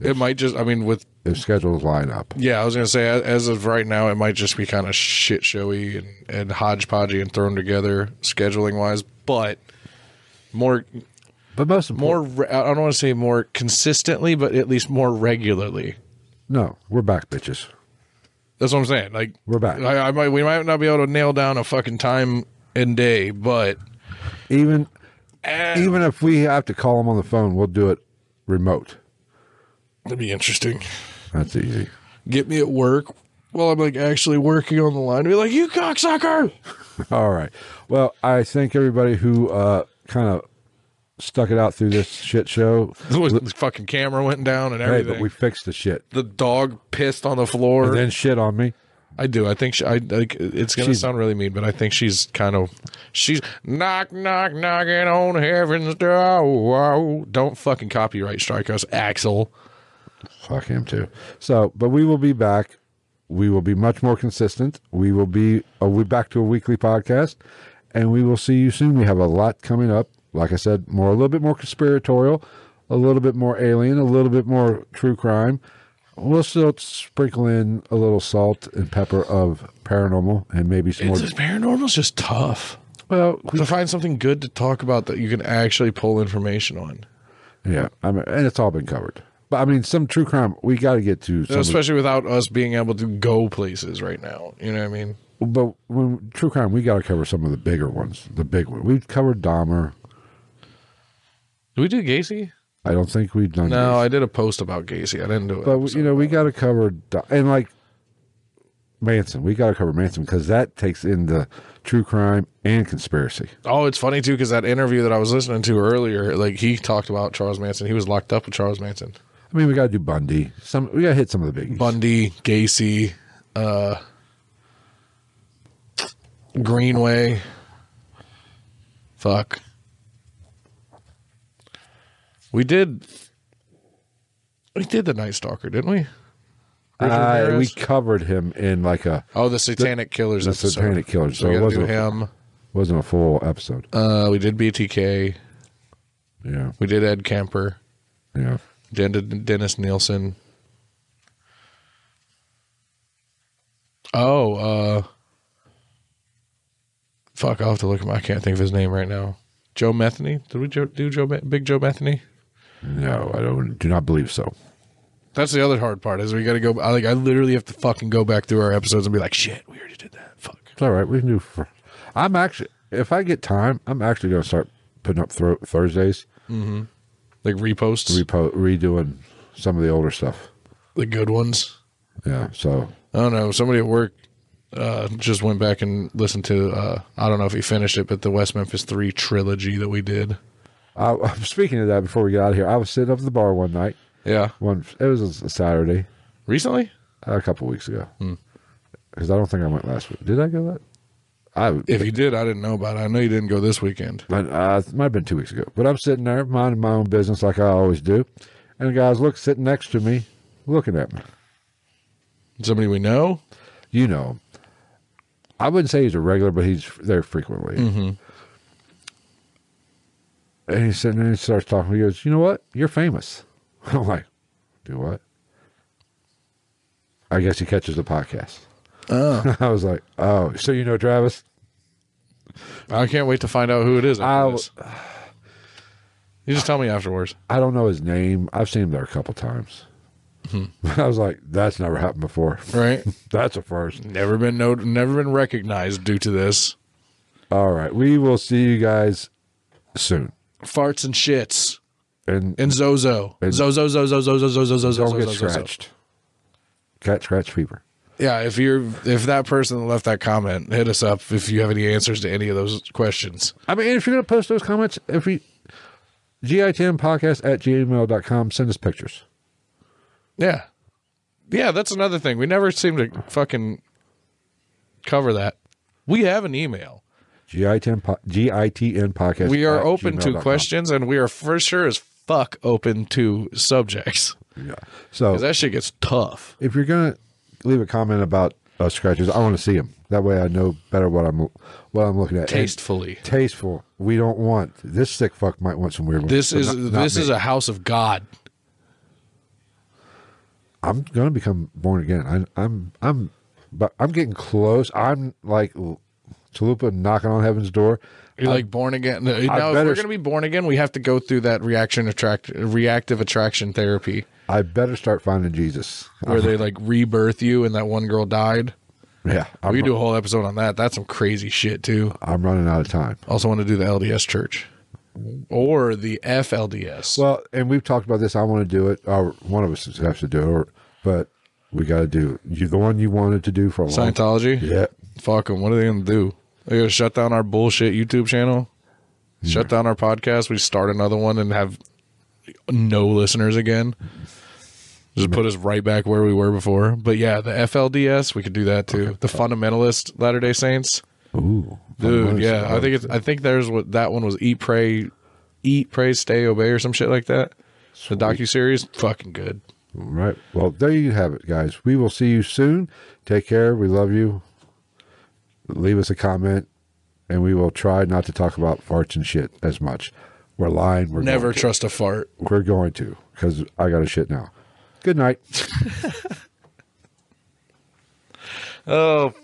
[SPEAKER 1] It might just, I mean, with,
[SPEAKER 2] if schedules line up.
[SPEAKER 1] yeah, I was going to say, a- as of right now, it might just be kind of shit showy and, and hodgepodgey and thrown together scheduling wise, but more,
[SPEAKER 2] But most important,
[SPEAKER 1] more, re- I don't want to say more consistently, but at least more regularly.
[SPEAKER 2] no, we're back, bitches.
[SPEAKER 1] That's what I'm saying. Like,
[SPEAKER 2] We're back.
[SPEAKER 1] I, I might, we might not be able to nail down a fucking time and day, but eh,
[SPEAKER 2] Even even if we have to call them on the phone, we'll do it remote.
[SPEAKER 1] it'd be interesting.
[SPEAKER 2] That's easy.
[SPEAKER 1] get me at work while I'm like actually working on the line. Be like, you cocksucker.
[SPEAKER 2] All right. Well, I thank everybody who uh, kind of stuck it out through this shit show.
[SPEAKER 1] the fucking camera went down and
[SPEAKER 2] Hey,
[SPEAKER 1] everything.
[SPEAKER 2] but we fixed the shit.
[SPEAKER 1] the dog pissed on the floor.
[SPEAKER 2] And then shit on me.
[SPEAKER 1] I do. I think she, I like. It's gonna
[SPEAKER 2] She's-
[SPEAKER 1] sound really mean, but I think she's kind of she's knock knock knocking on heaven's door. Don't fucking copyright strike us, Axel.
[SPEAKER 2] Fuck him too. So, but we will be back. We will be much more consistent. We will be uh, we back to a weekly podcast, and we will see you soon. We have a lot coming up. Like I said, more a little bit more conspiratorial, a little bit more alien, a little bit more true crime. We'll still sprinkle in a little salt and pepper of paranormal, and maybe some
[SPEAKER 1] It's
[SPEAKER 2] more.
[SPEAKER 1] just paranormal's just tough
[SPEAKER 2] Well, we-
[SPEAKER 1] to find something good to talk about that you can actually pull information on,
[SPEAKER 2] yeah, I mean, and it's all been covered. But I mean, some true crime. We got to get to some. of the-
[SPEAKER 1] especially without us being able to go places right now. You know what I mean?
[SPEAKER 2] But when true crime, we got to cover some of the bigger ones. The big one. We've covered Dahmer.
[SPEAKER 1] Did we do Gacy?
[SPEAKER 2] I don't think we've done.
[SPEAKER 1] No,
[SPEAKER 2] Gacy.
[SPEAKER 1] I did a post about Gacy. I didn't do it.
[SPEAKER 2] but you know we got to cover Da- and like Manson. We got to cover Manson because that takes in the true crime and conspiracy.
[SPEAKER 1] oh, it's funny too because that interview that I was listening to earlier, like he talked about Charles Manson. He was locked up with Charles Manson,
[SPEAKER 2] I mean, we got to do Bundy. Some we got to hit some of the biggies.
[SPEAKER 1] Bundy, Gacy, uh, Greenway. Fuck. We did. We did the Night Stalker, didn't we? Richard
[SPEAKER 2] Uh, we
[SPEAKER 1] Ramirez?
[SPEAKER 2] covered him in like a
[SPEAKER 1] oh, the Satanic Killers.
[SPEAKER 2] the
[SPEAKER 1] episode.
[SPEAKER 2] Satanic Killers.
[SPEAKER 1] So
[SPEAKER 2] So
[SPEAKER 1] we
[SPEAKER 2] it
[SPEAKER 1] got to do
[SPEAKER 2] wasn't a,
[SPEAKER 1] him.
[SPEAKER 2] wasn't a full episode.
[SPEAKER 1] Uh, we did BTK.
[SPEAKER 2] Yeah.
[SPEAKER 1] We did Ed Kemper,
[SPEAKER 2] Yeah.
[SPEAKER 1] Den- Dennis Nielsen. Oh, uh, fuck! I'll have to look. At my, I can't think of his name right now. Joe Metheny. Did we jo- do Joe Me- Big Joe Metheny?
[SPEAKER 2] No, I don't. Do not believe so.
[SPEAKER 1] That's the other hard part is we got to go. I like I literally have to fucking go back through our episodes and be like, shit, we already did that. Fuck.
[SPEAKER 2] It's all right. We can do. Fr- I'm actually, if I get time, I'm actually going to start putting up thro- Thursdays,
[SPEAKER 1] Like reposts
[SPEAKER 2] repo- redoing some of the older stuff.
[SPEAKER 1] the good ones.
[SPEAKER 2] Yeah. So
[SPEAKER 1] I don't know. Somebody at work uh, just went back and listened to. Uh, I don't know if he finished it, but the West Memphis Three trilogy that we did.
[SPEAKER 2] I, speaking of that, before we get out of here, I was sitting up at the bar one night.
[SPEAKER 1] Yeah,
[SPEAKER 2] One, it was a Saturday,
[SPEAKER 1] recently.
[SPEAKER 2] a couple weeks ago,
[SPEAKER 1] Hmm.
[SPEAKER 2] because I don't think I went last week. Did I go that? I
[SPEAKER 1] If you did, I didn't know about it. I know you didn't go this weekend.
[SPEAKER 2] but uh, it might have been two weeks ago. But I'm sitting there minding my own business like I always do, and the guys look sitting next to me, looking at me.
[SPEAKER 1] Somebody we know.
[SPEAKER 2] You know, him. I wouldn't say he's a regular, but he's there frequently. And he's sitting there and he starts talking. He goes, "You know what? You're famous." I'm like, "Do what?" I guess he catches the podcast.
[SPEAKER 1] Oh,
[SPEAKER 2] I was like, "Oh, so you know Travis?"
[SPEAKER 1] I can't wait to find out who it is.
[SPEAKER 2] I'll-
[SPEAKER 1] After this. You just tell me afterwards.
[SPEAKER 2] I don't know his name. I've seen him there a couple times. I was like, "That's never happened before."
[SPEAKER 1] Right?
[SPEAKER 2] That's a first.
[SPEAKER 1] never been no, never been recognized due to this.
[SPEAKER 2] All right. We will see you guys soon.
[SPEAKER 1] Farts and shits
[SPEAKER 2] And,
[SPEAKER 1] and Zozo.
[SPEAKER 2] And-
[SPEAKER 1] Zozo, Zozo, Zozo, Zozo, Zozo,
[SPEAKER 2] don't
[SPEAKER 1] Zozo,
[SPEAKER 2] get
[SPEAKER 1] Zozo.
[SPEAKER 2] scratched. Cat scratch fever.
[SPEAKER 1] Yeah, if you're if that person that left that comment, hit us up if you have any answers to any of those questions.
[SPEAKER 2] I mean, if you're going to post those comments, if we, GITM podcast at gmail.com, send us pictures.
[SPEAKER 1] Yeah. Yeah, that's another thing. We never seem to fucking cover that. We have an email.
[SPEAKER 2] GITM, po- GITN podcast.
[SPEAKER 1] we are
[SPEAKER 2] at
[SPEAKER 1] open to
[SPEAKER 2] gmail.com.
[SPEAKER 1] questions and we are for sure as fuck open to subjects.
[SPEAKER 2] Yeah. So
[SPEAKER 1] 'Cause that shit gets tough.
[SPEAKER 2] if you're going to leave a comment about uh, scratches, I want to see them. That way I know better what I'm what I'm looking at. And
[SPEAKER 1] Tastefully.
[SPEAKER 2] tasteful. We don't want this sick fuck might want some weird ones.
[SPEAKER 1] This
[SPEAKER 2] but
[SPEAKER 1] is
[SPEAKER 2] not- not
[SPEAKER 1] this
[SPEAKER 2] me.
[SPEAKER 1] is a house of God.
[SPEAKER 2] I'm gonna become born again. I, I'm I'm but I'm getting close. I'm like Chalupa knocking on heaven's door.
[SPEAKER 1] You're like born again. No, now, if
[SPEAKER 2] better
[SPEAKER 1] we're
[SPEAKER 2] s-
[SPEAKER 1] going to be born again, we have to go through that reaction attract reactive attraction therapy
[SPEAKER 2] I better start finding Jesus.
[SPEAKER 1] where they like rebirth you and that one girl died.
[SPEAKER 2] Yeah, I'm,
[SPEAKER 1] we could do a whole episode on that. That's some crazy shit too.
[SPEAKER 2] I'm running out of time.
[SPEAKER 1] Also want to do the LDS church or the FLDS.
[SPEAKER 2] Well, and we've talked about this. I want to do it. Or one of us has to do it. Or, but we got to do you the one you wanted to do for a long time.
[SPEAKER 1] Scientology?
[SPEAKER 2] Yeah,
[SPEAKER 1] Fuck them. What are they going to do? They're going to shut down our bullshit YouTube channel, shut down our podcast. We start another one and have no listeners again. Just put us right back where we were before. But yeah, the FLDS, we could do that too. The fundamentalist Latter Day Saints,
[SPEAKER 2] ooh,
[SPEAKER 1] dude. Yeah, I think it's. I think there's what that one was. Eat, pray, eat, pray, stay, obey, or some shit like that. The docu series, fucking good.
[SPEAKER 2] All right. Well, there you have it, guys. We will see you soon. Take care. We love you. Leave us a comment, and we will try not to talk about farts and shit as much. We're lying. We're
[SPEAKER 1] Never
[SPEAKER 2] Going to.
[SPEAKER 1] trust a fart.
[SPEAKER 2] We're going to because I got a shit now. Good night.
[SPEAKER 1] Oh